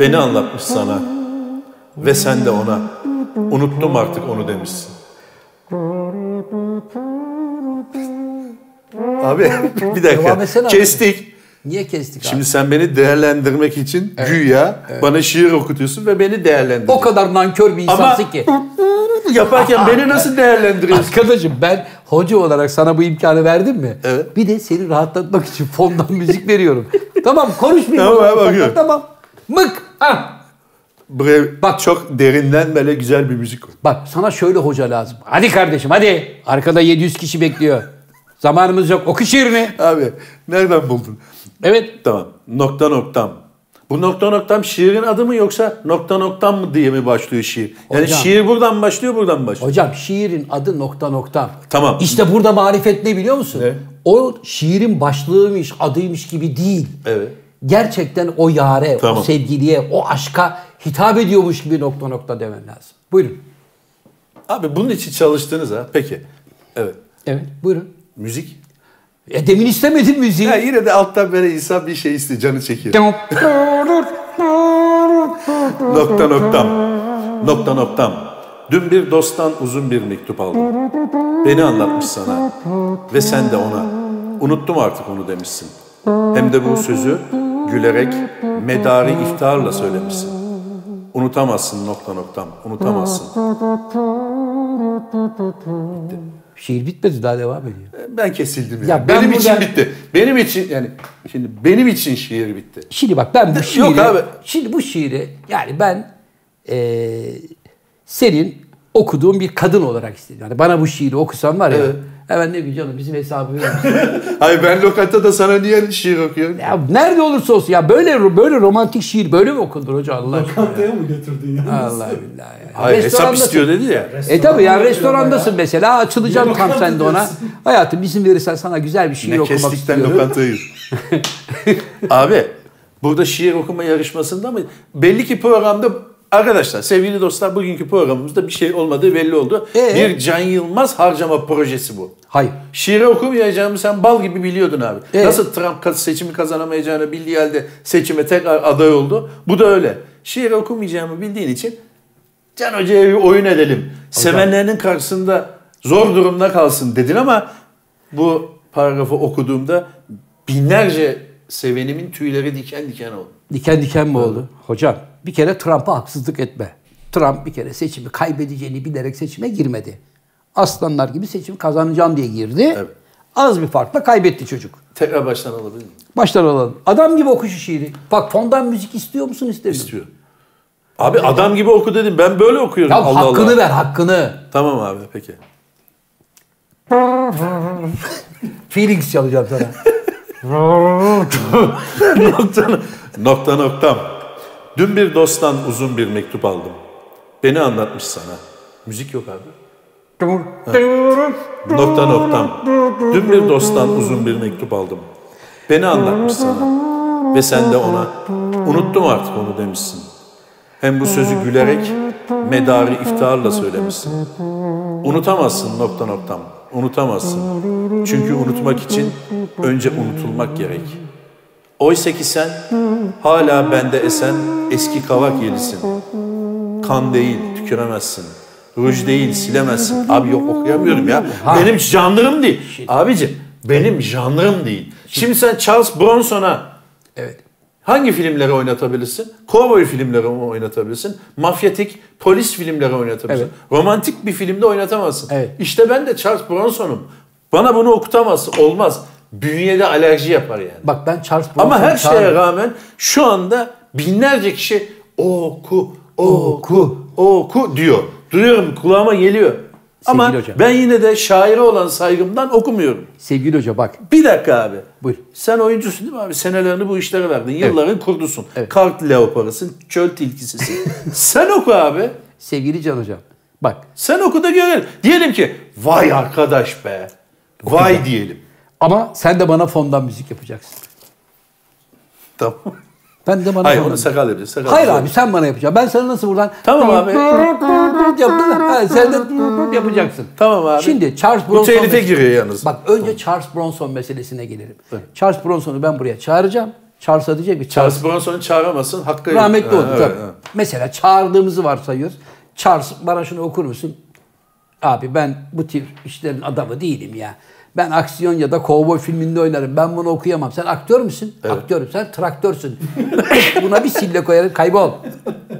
Speaker 2: Beni anlatmış sana. Ve sen de ona. Unuttum artık onu demişsin. Abi bir
Speaker 1: Devam
Speaker 2: dakika.
Speaker 1: etsene abi.
Speaker 2: Kestik.
Speaker 1: Niye kestik abi?
Speaker 2: Şimdi sen beni değerlendirmek için güya bana şiir okutuyorsun ve beni
Speaker 1: o
Speaker 2: değerlendiriyorsun.
Speaker 1: kadar nankör bir insansın ki.
Speaker 2: Yaparken beni nasıl değerlendiriyorsun?
Speaker 1: Arkadaşım ben hoca olarak sana bu imkanı verdim mi?
Speaker 2: Evet.
Speaker 1: Bir de seni rahatlatmak için fondan müzik veriyorum. tamam konuşmayayım.
Speaker 2: Tamam,
Speaker 1: o zaman.
Speaker 2: abi, bakıyorum.
Speaker 1: tamam. Mık. Ha.
Speaker 2: Buraya
Speaker 1: Bak.
Speaker 2: Bak. çok derinden böyle güzel bir müzik koy.
Speaker 1: Bak sana şöyle hoca lazım. Hadi kardeşim hadi. Arkada 700 kişi bekliyor. Zamanımız yok. Oku şiirini.
Speaker 2: Abi nereden buldun?
Speaker 1: Evet.
Speaker 2: Tamam. Nokta noktam. Bu nokta noktam şiirin adı mı yoksa nokta noktam mı diye mi başlıyor şiir? Yani
Speaker 1: Hocam.
Speaker 2: şiir buradan mı başlıyor buradan mı başlıyor?
Speaker 1: Hocam şiirin adı nokta nokta.
Speaker 2: Tamam.
Speaker 1: İşte burada marifet ne biliyor musun?
Speaker 2: Ne?
Speaker 1: O şiirin başlığıymış, adıymış gibi değil.
Speaker 2: Evet.
Speaker 1: Gerçekten o yare, o
Speaker 2: Tamam.
Speaker 1: sevgiliye, o aşka hitap ediyormuş gibi nokta nokta demen lazım. Buyurun.
Speaker 2: Abi bunun için çalıştınız ha. Peki. Evet.
Speaker 1: Evet, buyurun.
Speaker 2: Müzik.
Speaker 1: E demin istemedin müziği.
Speaker 2: Ya yine de alttan böyle insan bir şey istiyor. Canı çekiyor. Nokta noktam. Nokta noktam. Dün bir dosttan uzun bir mektup aldım. Beni anlatmış sana. Ve sen de ona. Unuttum artık onu demişsin. Hem de bu sözü gülerek medari iftiharla söylemişsin. Unutamazsın nokta noktam. Unutamazsın.
Speaker 1: Şiir bitmedi daha devam ediyor.
Speaker 2: Ben kesildim yani.
Speaker 1: Ya ben
Speaker 2: benim için
Speaker 1: buradan-
Speaker 2: bitti. Benim için yani şimdi benim için şiir bitti.
Speaker 1: Şimdi bak ben bu şiiri,
Speaker 2: abi.
Speaker 1: şimdi bu şiiri yani ben eee, senin okuduğun bir kadın olarak istedim. Yani bana bu şiiri okusan var ya hemen ne bileyim canım bizim hesabı verir misin?
Speaker 2: Hayır ben lokanta da sana niye şiir okuyorum?
Speaker 1: ya nerede olursa olsun ya böyle böyle romantik şiir böyle mi okunur hocam Allah aşkına?
Speaker 4: Kantaya mı götürdün ya?
Speaker 1: Allah billahi. ya.
Speaker 2: Hayır hesap
Speaker 1: Restorandasın.
Speaker 2: istiyor dedi ya.
Speaker 1: E tabi yani restorandasın
Speaker 4: Ya.
Speaker 1: mesela açılacağım
Speaker 4: Yok,
Speaker 1: tam
Speaker 4: yok,
Speaker 1: sen de ona.
Speaker 4: diyorsun.
Speaker 1: Hayatım izin verirsen sana güzel bir şiir
Speaker 2: Ne
Speaker 1: okumak
Speaker 2: kestikten
Speaker 1: istiyorum.
Speaker 2: lokantayız. Abi burada şiir okuma yarışmasında mı? Belli ki programda arkadaşlar sevgili dostlar bugünkü programımızda bir şey olmadığı belli oldu.
Speaker 1: Ee?
Speaker 2: Bir Can Yılmaz harcama projesi bu.
Speaker 1: Hayır.
Speaker 2: Şiire okumayacağımı sen bal gibi biliyordun abi.
Speaker 1: Ee?
Speaker 2: Nasıl Trump ka- seçimi kazanamayacağını bildiği halde seçime tekrar aday oldu. Bu da öyle. Şiir okumayacağımı bildiğin için Can Hoca'ya bir oyun edelim. Sevenlerinin karşısında zor durumda kalsın dedin ama bu paragrafı okuduğumda binlerce sevenimin tüyleri diken diken oldu.
Speaker 1: Diken diken mi oldu? Hocam bir kere Trump'a haksızlık etme. Trump bir kere seçimi kaybedeceğini bilerek seçime girmedi. Aslanlar gibi seçimi kazanacağım diye girdi.
Speaker 2: Evet.
Speaker 1: Az bir farkla kaybetti çocuk.
Speaker 2: Tekrar baştan alabilir miyim?
Speaker 1: Baştan alalım. Adam gibi oku şu şiiri. Bak fondan müzik istiyor musun istemiyor musun?
Speaker 2: İstiyor. Abi adam gibi oku dedim. Ben böyle okuyorum.
Speaker 1: Ya
Speaker 2: Allah
Speaker 1: hakkını
Speaker 2: Allah.
Speaker 1: ver hakkını.
Speaker 2: Tamam abi peki.
Speaker 1: Feelings çalacağım sana.
Speaker 2: nokta, nokta noktam. Dün bir dosttan uzun bir mektup aldım. Beni anlatmış sana. Müzik yok abi. Ha. nokta noktam. Dün bir dosttan uzun bir mektup aldım. Beni anlatmış sana. Ve sen de ona unuttum artık onu demişsin. Hem bu sözü gülerek medarı iftiharla söylemişsin. Unutamazsın nokta noktam. Unutamazsın. Çünkü unutmak için önce unutulmak gerek. Oysa ki sen hala bende esen eski kavak yelisin. Kan değil tüküremezsin. Ruj değil silemezsin. Abi yok okuyamıyorum ya. Benim janrım değil. Abicim benim janrım değil. Şimdi sen Charles Bronson'a
Speaker 1: evet.
Speaker 2: hangi filmleri oynatabilirsin? Cowboy filmleri oynatabilirsin. Mafyatik polis filmleri oynatabilirsin. Romantik bir filmde oynatamazsın.
Speaker 1: Evet.
Speaker 2: İşte ben de Charles Bronson'um. Bana bunu okutamazsın. Olmaz. Bünyede alerji yapar yani.
Speaker 1: Bak ben Charles
Speaker 2: Ama
Speaker 1: Bronson'u
Speaker 2: her şeye
Speaker 1: çağırdım.
Speaker 2: rağmen şu anda binlerce kişi oku, oku, oku diyor. Duyuyorum kulağıma geliyor. Ama
Speaker 1: hocam.
Speaker 2: ben yine de şaire olan saygımdan okumuyorum.
Speaker 1: Sevgili hoca bak.
Speaker 2: Bir dakika abi.
Speaker 1: Buyur.
Speaker 2: Sen oyuncusun değil mi abi? Senelerini bu işlere verdin. Yılların kurdusun.
Speaker 1: Evet.
Speaker 2: Kart leoparısın, çöl tilkisisin. Sen oku abi.
Speaker 1: Sevgili Can hocam. Bak.
Speaker 2: Sen oku da görelim. Diyelim ki vay arkadaş be. Vay diyelim.
Speaker 1: Ama sen de bana fondan müzik yapacaksın.
Speaker 2: Tamam.
Speaker 1: Ben de bana
Speaker 2: Hayır
Speaker 1: fondan
Speaker 2: onu
Speaker 1: müzik-
Speaker 2: sakal yapacağız. sakal
Speaker 1: Hayır
Speaker 2: yapacağız.
Speaker 1: abi sen bana yapacaksın. Ben sana nasıl buradan...
Speaker 2: Tamam abi.
Speaker 1: Yaptın. Ha, sen de yapacaksın.
Speaker 2: Tamam abi.
Speaker 1: Şimdi Charles Bronson...
Speaker 2: Bu telife
Speaker 1: meselesi-
Speaker 2: giriyor yalnız.
Speaker 1: Bak önce Charles Bronson meselesine gelelim. Charles Bronson'u ben buraya çağıracağım. Charles'a diyecek ki Charles
Speaker 2: Charles Bronson'u çağıramazsın. Hakkı
Speaker 1: rahmetli
Speaker 2: Ha,
Speaker 1: oldu.
Speaker 2: evet,
Speaker 1: tabii.
Speaker 2: evet.
Speaker 1: Mesela çağırdığımızı varsayıyoruz. Charles bana şunu okur musun? Abi ben bu tip işlerin adamı değilim ya. Ben aksiyon ya da kovboy filminde oynarım. Ben bunu okuyamam. Sen aktör müsün? Aktörüm. Sen traktörsün. Buna bir sille koyarım kaybol.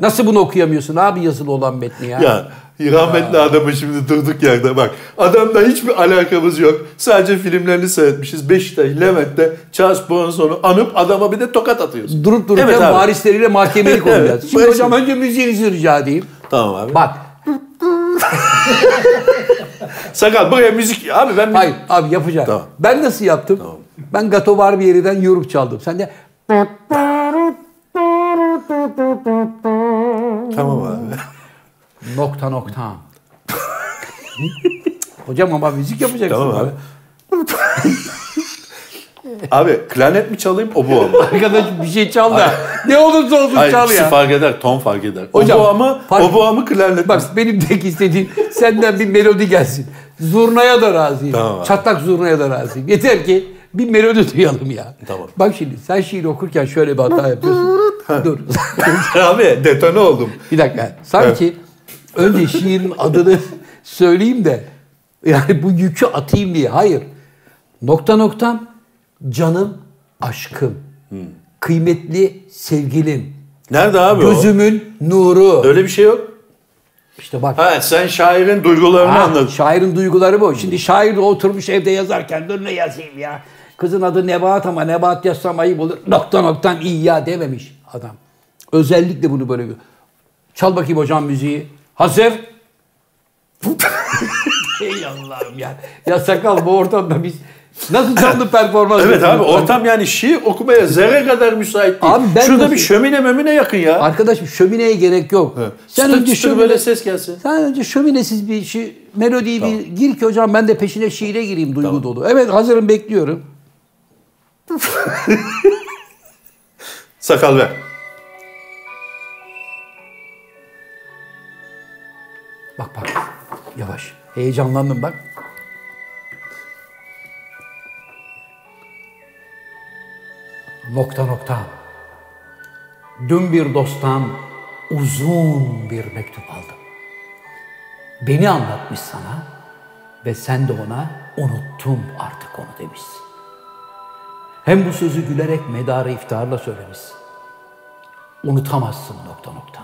Speaker 1: Nasıl bunu okuyamıyorsun abi yazılı olan metni ya?
Speaker 2: Ya rahmetli adamı şimdi durduk yerde bak. Adamla hiçbir alakamız yok. Sadece filmlerini seyretmişiz. Beşiktaş, Levent'te Charles Bronson'u anıp adama bir de tokat atıyoruz.
Speaker 1: Durup dururken
Speaker 2: Evet abi.
Speaker 1: varisleriyle mahkemelik olacağız. Şimdi
Speaker 2: Barış-
Speaker 1: hocam önce müziğinizi rica edeyim.
Speaker 2: Tamam abi.
Speaker 1: Bak.
Speaker 2: Sakal buraya müzik. Abi ben
Speaker 1: Hayır abi yapacağım.
Speaker 2: Tamam.
Speaker 1: Ben nasıl yaptım? Ben Gato Barbieri'den Europe çaldım. Sen de
Speaker 2: Tamam abi.
Speaker 1: Nokta nokta. Hocam ama müzik yapacaksın.
Speaker 2: tamam abi. abi klarnet mi çalayım oboa mı?
Speaker 1: Arkadaş bir şey çal da. ne olursa olsun
Speaker 2: Hayır
Speaker 1: çal
Speaker 2: ikisi
Speaker 1: ya.
Speaker 2: fark eder, ton fark eder.
Speaker 1: Hocam,
Speaker 2: oboa mı,
Speaker 1: fark-
Speaker 2: oboa mı klarnet mi?
Speaker 1: Bak benim tek istediğim senden bir melodi gelsin. Zurnaya da razıyım.
Speaker 2: Tamam abi.
Speaker 1: Çatlak zurnaya da razıyım. Yeter ki bir melodi duyalım ya.
Speaker 2: Tamam.
Speaker 1: Bak şimdi sen şiir okurken şöyle bir hata yapıyorsun. Dur.
Speaker 2: abi detone oldum.
Speaker 1: bir dakika. Sanki önce şiirin adını söyleyeyim de yani bu yükü atayım diye. Hayır. Nokta noktam canım aşkım. Kıymetli sevgilim.
Speaker 2: Nerede abi o?
Speaker 1: Gözümün nuru.
Speaker 2: Öyle bir şey yok.
Speaker 1: İşte bak.
Speaker 2: Ha sen şairin duygularını
Speaker 1: Ha,
Speaker 2: anladın.
Speaker 1: şairin duyguları bu. Şimdi şair de oturmuş evde yazarken dur ne yazayım ya. Kızın adı Nebahat ama Nebahat yazsam ayıp olur. Nokta noktan iyi ya dememiş adam. Özellikle bunu böyle bir... Çal bakayım hocam müziği. Hazır. Ey Allah'ım ya. Ya sakal bu ortamda biz nasıl canlı performans
Speaker 2: Evet abi
Speaker 1: yapıyoruz?
Speaker 2: ortam yani şiir okumaya zerre kadar müsait değil.
Speaker 1: Abi ben
Speaker 2: Şurada
Speaker 1: nasıl-
Speaker 2: bir şömine memine yakın ya.
Speaker 1: Arkadaşım şömineye gerek yok.
Speaker 2: Sen çıtır çıtır böyle ses gelsin.
Speaker 1: Sen önce şöminesiz bir şey, melodiyi bir gir ki hocam ben de peşine şiire gireyim duygu dolu. Evet hazırım bekliyorum.
Speaker 2: Sakal ver.
Speaker 1: Bak bak yavaş. Heyecanlandım bak. Nokta nokta. Dün bir dosttan uzun bir mektup aldım. Beni anlatmış sana ve sen de ona unuttum artık onu demişsin. Hem bu sözü gülerek medarı iftarla söylemişsin. Unutamazsın nokta nokta.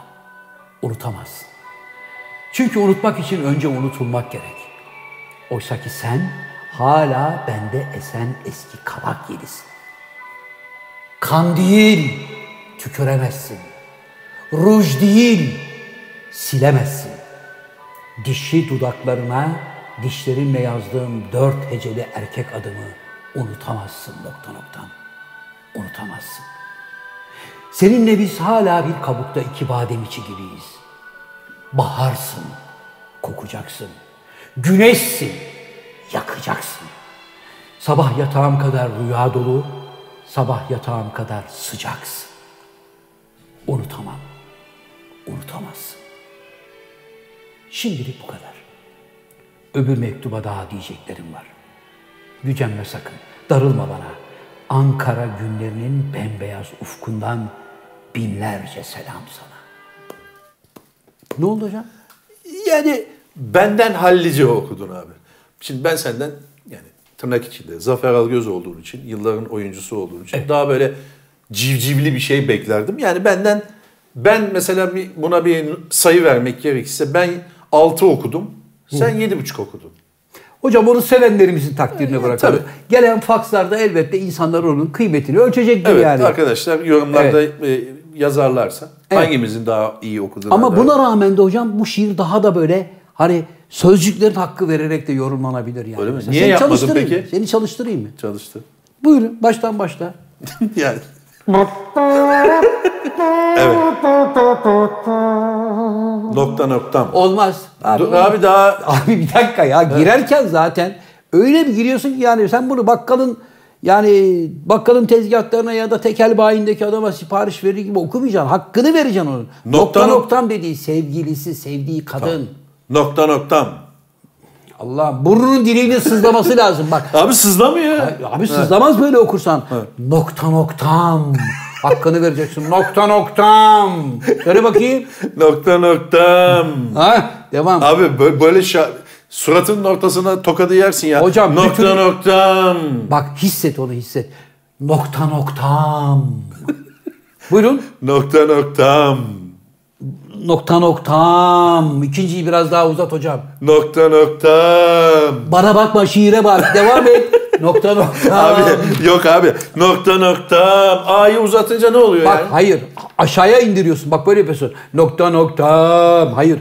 Speaker 1: Unutamazsın. Çünkü unutmak için önce unutulmak gerek. Oysa ki sen hala bende esen eski kabak yelisin. Kan değil, tüküremezsin. Ruj değil, silemezsin. Dişi dudaklarına dişlerimle yazdığım dört heceli erkek adımı unutamazsın nokta noktan. Unutamazsın. Seninle biz hala bir kabukta iki badem içi gibiyiz. Baharsın, kokacaksın. Güneşsin, yakacaksın. Sabah yatağım kadar rüya dolu, sabah yatağım kadar sıcaksın. Unutamam, unutamazsın. Şimdilik bu kadar. Öbür mektuba daha diyeceklerim var. Gücenme sakın, darılma bana. Ankara günlerinin bembeyaz ufkundan binlerce selam sana. Ne oldu hocam?
Speaker 2: Yani benden hallice okudun abi. Şimdi ben senden yani tırnak içinde Zafer Algöz olduğun için, yılların oyuncusu olduğun için daha böyle civcivli bir şey beklerdim. Yani benden ben mesela bir, buna bir sayı vermek gerekirse ben 6 okudum. Sen 7,5 okudun.
Speaker 1: Hocam onu sevenlerimizin takdirine bırakalım.
Speaker 2: tabii.
Speaker 1: Gelen fakslarda elbette insanlar onun kıymetini ölçecektir
Speaker 2: Evet
Speaker 1: yani.
Speaker 2: arkadaşlar yorumlarda e, yazarlarsa
Speaker 1: Evet.
Speaker 2: hangimizin daha iyi okuduğuna
Speaker 1: Ama
Speaker 2: dair-
Speaker 1: buna rağmen de hocam bu şiir daha da böyle hani sözcüklerin hakkı vererek de yorumlanabilir yani.
Speaker 2: Öyle mi?
Speaker 1: Mesela
Speaker 2: Niye
Speaker 1: seni
Speaker 2: yapmadın
Speaker 1: çalıştırayım
Speaker 2: peki?
Speaker 1: mı? Seni çalıştırayım mı?
Speaker 2: çalıştı.
Speaker 1: Buyurun baştan başla.
Speaker 2: yani. evet. Nokta noktam.
Speaker 1: Olmaz. Abi,
Speaker 2: Dur
Speaker 1: olmaz.
Speaker 2: abi daha
Speaker 1: Abi bir dakika ya girerken zaten öyle bir giriyorsun ki yani sen bunu bakkalın yani bakkalın tezgahlarına ya da tekel bayindeki adama sipariş verir gibi okumayacaksın. Hakkını vereceksin onun. Nokta,
Speaker 2: Nokta nok-
Speaker 1: noktam dediği sevgilisi, sevdiği kadın.
Speaker 2: nokta noktam.
Speaker 1: Allah burnunun diliyle sızlaması lazım bak.
Speaker 2: Abi sızlamıyor.
Speaker 1: Abi sızlamaz böyle okursan. Nokta noktam. Hakkını vereceksin. Nokta noktam. Söyle bakayım.
Speaker 2: Nokta noktam.
Speaker 1: Ha, devam.
Speaker 2: Abi bö- böyle şa- suratının ortasına tokadı yersin ya.
Speaker 1: Hocam,
Speaker 2: nokta
Speaker 1: bütün-
Speaker 2: noktam.
Speaker 1: Bak hisset onu hisset. Nokta noktam. Buyurun.
Speaker 2: Nokta noktam.
Speaker 1: Nokta noktam. İkinciyi biraz daha uzat hocam.
Speaker 2: Nokta noktam.
Speaker 1: Bana bakma şiire bak. Devam et. Nokta noktam.
Speaker 2: Abi yok abi. Nokta noktam. A'yı uzatınca ne oluyor
Speaker 1: Bak
Speaker 2: yani?
Speaker 1: hayır. Aşağıya indiriyorsun. Bak böyle yapıyorsun. Nokta noktam. Hayır.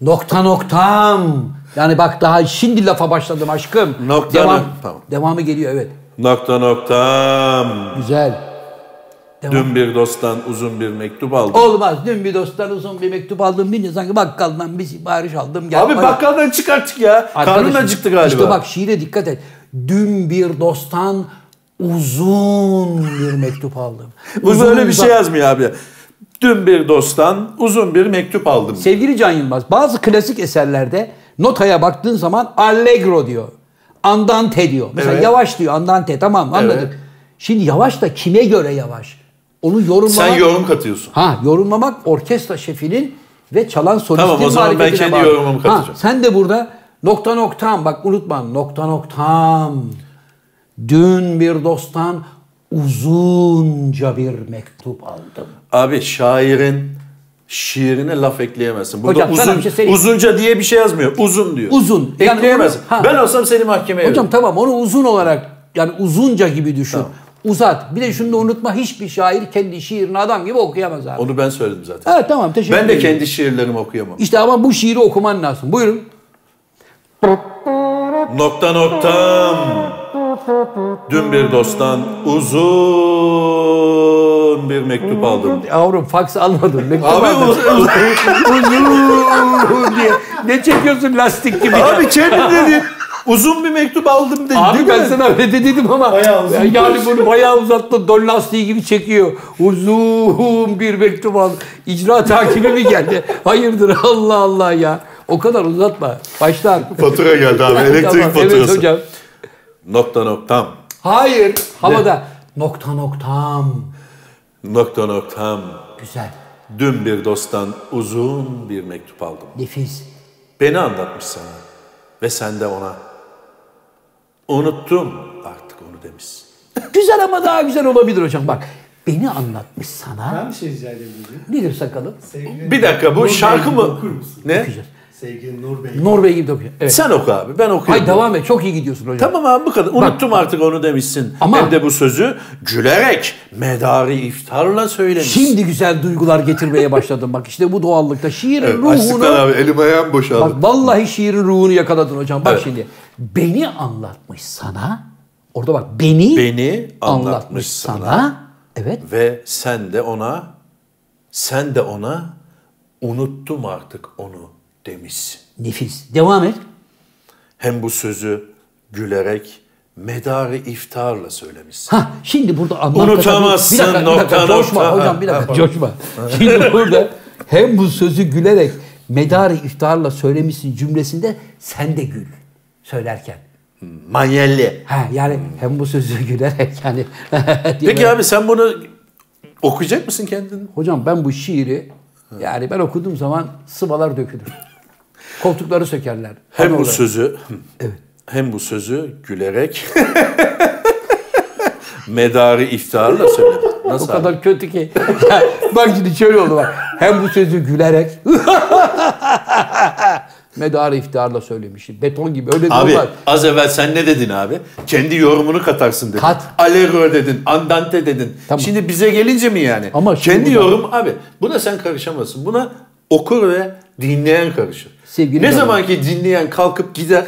Speaker 1: Nokta noktam. Yani bak daha şimdi lafa başladım aşkım.
Speaker 2: Nokta
Speaker 1: Devam,
Speaker 2: noktam.
Speaker 1: Devamı geliyor evet.
Speaker 2: Nokta noktam.
Speaker 1: Güzel. Devam.
Speaker 2: Dün bir dosttan uzun bir mektup aldım.
Speaker 1: Olmaz. Dün bir dosttan uzun bir mektup aldım. Bir sanki bakkaldan bir sipariş aldım. Gel
Speaker 2: Abi
Speaker 1: para-
Speaker 2: bakkaldan çık artık ya.
Speaker 1: Arkadaşım,
Speaker 2: Karnın acıktı galiba.
Speaker 1: İşte bak şiire dikkat et. Dün bir dosttan uzun bir mektup aldım.
Speaker 2: Bu
Speaker 1: Uzun
Speaker 2: böyle bir
Speaker 1: uzak-
Speaker 2: şey yazmıyor abi. Dün bir dosttan uzun bir mektup aldım.
Speaker 1: Sevgili Can Yılmaz bazı klasik eserlerde notaya baktığın zaman allegro diyor. Andante diyor. Mesela
Speaker 2: Evet.
Speaker 1: yavaş diyor andante tamam anladık.
Speaker 2: Evet.
Speaker 1: Şimdi yavaş da kime göre yavaş? Onu yorumlamak...
Speaker 2: Sen yorum katıyorsun.
Speaker 1: Ha yorumlamak orkestra şefinin ve çalan solistin
Speaker 2: Tamam, o zaman ben
Speaker 1: marifetine
Speaker 2: kendi
Speaker 1: bağlı.
Speaker 2: yorumumu
Speaker 1: Ha,
Speaker 2: katacağım.
Speaker 1: sen de burada nokta noktam bak unutma nokta noktam. Dün bir dosttan uzunca bir mektup aldım.
Speaker 2: Abi şairin şiirine laf ekleyemezsin. Burada
Speaker 1: Hocam, sana
Speaker 2: uzun,
Speaker 1: bir şey söyleyeyim.
Speaker 2: uzunca diye bir şey yazmıyor. Uzun diyor.
Speaker 1: Uzun. Yani
Speaker 2: Ekleyemezsin.
Speaker 1: onu- ha.
Speaker 2: Ben olsam seni mahkemeye
Speaker 1: Hocam
Speaker 2: veririm.
Speaker 1: tamam onu uzun olarak yani uzunca gibi düşün. Uzat. Bir de şunu da unutma hiçbir şair kendi şiirini adam gibi okuyamaz abi.
Speaker 2: Onu ben söyledim zaten.
Speaker 1: Evet tamam teşekkür
Speaker 2: Ben
Speaker 1: ederim.
Speaker 2: de kendi şiirlerimi okuyamam.
Speaker 1: İşte ama bu şiiri okuman lazım. Buyurun.
Speaker 2: Nokta noktam. Dün bir dosttan uzun bir mektup aldım.
Speaker 1: Yavrum faks almadın. Mektup
Speaker 2: Abi
Speaker 1: aldın.
Speaker 2: uz- uz-
Speaker 1: uzun diye. Ne çekiyorsun lastik gibi?
Speaker 2: Abi kendin dedin. Uzun bir mektup aldım dedin.
Speaker 1: Abi
Speaker 2: değil
Speaker 1: ben
Speaker 2: mi?
Speaker 1: sana öyle de dedim ama
Speaker 4: Bayağı uzun.
Speaker 1: yani bunu bayağı uzattı. Don lastiği gibi çekiyor. Uzun bir mektup al. İcra takibi mi geldi? Hayırdır Allah Allah ya. O kadar uzatma. Başlar.
Speaker 2: Fatura geldi abi.
Speaker 1: Tamam, Evet hocam.
Speaker 2: Nokta noktam.
Speaker 1: Hayır. Havada. Nokta noktam.
Speaker 2: Nokta noktam.
Speaker 1: Güzel.
Speaker 2: Dün bir dosttan uzun bir mektup aldım.
Speaker 1: Nefis.
Speaker 2: Beni anlatmış sana. Ve sen de ona. Unuttum artık onu demiş.
Speaker 1: Güzel ama daha güzel olabilir hocam. Bak beni anlatmış sana.
Speaker 4: Ben bir şey rica edebilirim.
Speaker 1: Nedir sakalım?
Speaker 4: Sevgili
Speaker 2: Bir dakika bu
Speaker 4: Nur
Speaker 2: şarkı
Speaker 4: Bey gibi
Speaker 2: mı?
Speaker 4: Okur musun?
Speaker 2: Ne?
Speaker 1: Güzel.
Speaker 4: Sevgili Nur Bey.
Speaker 1: Norveç gibi de okuyor. Evet.
Speaker 2: Sen oku abi ben okuyayım.
Speaker 1: Hay devam et. Çok iyi gidiyorsun hocam.
Speaker 2: Tamam abi bu kadar. Unuttum artık onu demişsin.
Speaker 1: Ama-
Speaker 2: Hem de bu sözü gülerek medari iftarla söylemiş.
Speaker 1: Şimdi güzel duygular getirmeye başladım. Bak işte bu doğallıkta şiirin ruhunu...
Speaker 2: abi elim ayağım boşaldı.
Speaker 1: Bak vallahi şiirin ruhunu yakaladın hocam. Bak
Speaker 2: Evet.
Speaker 1: şimdi. Beni anlatmış sana. Orada bak beni,
Speaker 2: Beni
Speaker 1: anlatmış,
Speaker 2: anlatmış
Speaker 1: sana.
Speaker 2: sana.
Speaker 1: Evet.
Speaker 2: Ve sen de ona, sen de ona unuttum artık onu demişsin.
Speaker 1: Nefis. Devam et.
Speaker 2: Hem bu sözü gülerek medarı iftarla söylemişsin.
Speaker 1: Ha şimdi burada anlam
Speaker 2: Unutamazsın,
Speaker 1: kazanıyor. Bir dakika, bir dakika
Speaker 2: nokta,
Speaker 1: coşma
Speaker 2: nokta.
Speaker 1: hocam bir
Speaker 2: Ha,
Speaker 1: dakika
Speaker 2: pardon.
Speaker 1: coşma. Şimdi burada hem bu sözü gülerek medarı iftarla söylemişsin cümlesinde sen de gül söylerken.
Speaker 2: Manyelli.
Speaker 1: Ha yani hem bu sözü gülerek yani. diye
Speaker 2: Hmm. Peki abi sen bunu okuyacak mısın kendin?
Speaker 1: Hocam ben bu şiiri yani ben okuduğum zaman sıvalar dökülür. Koltukları sökerler.
Speaker 2: Hem
Speaker 1: Ana
Speaker 2: bu
Speaker 1: olarak.
Speaker 2: sözü hem bu sözü gülerek medarı iftarla söylemiş.
Speaker 1: O
Speaker 2: Nasıl abi?
Speaker 1: kadar kötü ki. Ya, bak şimdi şöyle oldu bak. Hem bu sözü gülerek medarı iftiharla söylemişim. Beton gibi öyle de
Speaker 2: Abi
Speaker 1: olmaz.
Speaker 2: az evvel sen ne dedin abi? Kendi yorumunu katarsın dedin.
Speaker 1: Kat.
Speaker 2: Allegro dedin, andante dedin.
Speaker 1: Tamam.
Speaker 2: Şimdi bize gelince mi yani?
Speaker 1: Ama şimdi
Speaker 2: kendi
Speaker 1: bu da-
Speaker 2: yorum abi. Buna sen karışamazsın. Buna okur ve dinleyen karışır.
Speaker 1: Sevgili
Speaker 2: ne
Speaker 1: canım.
Speaker 2: zaman ki dinleyen kalkıp gider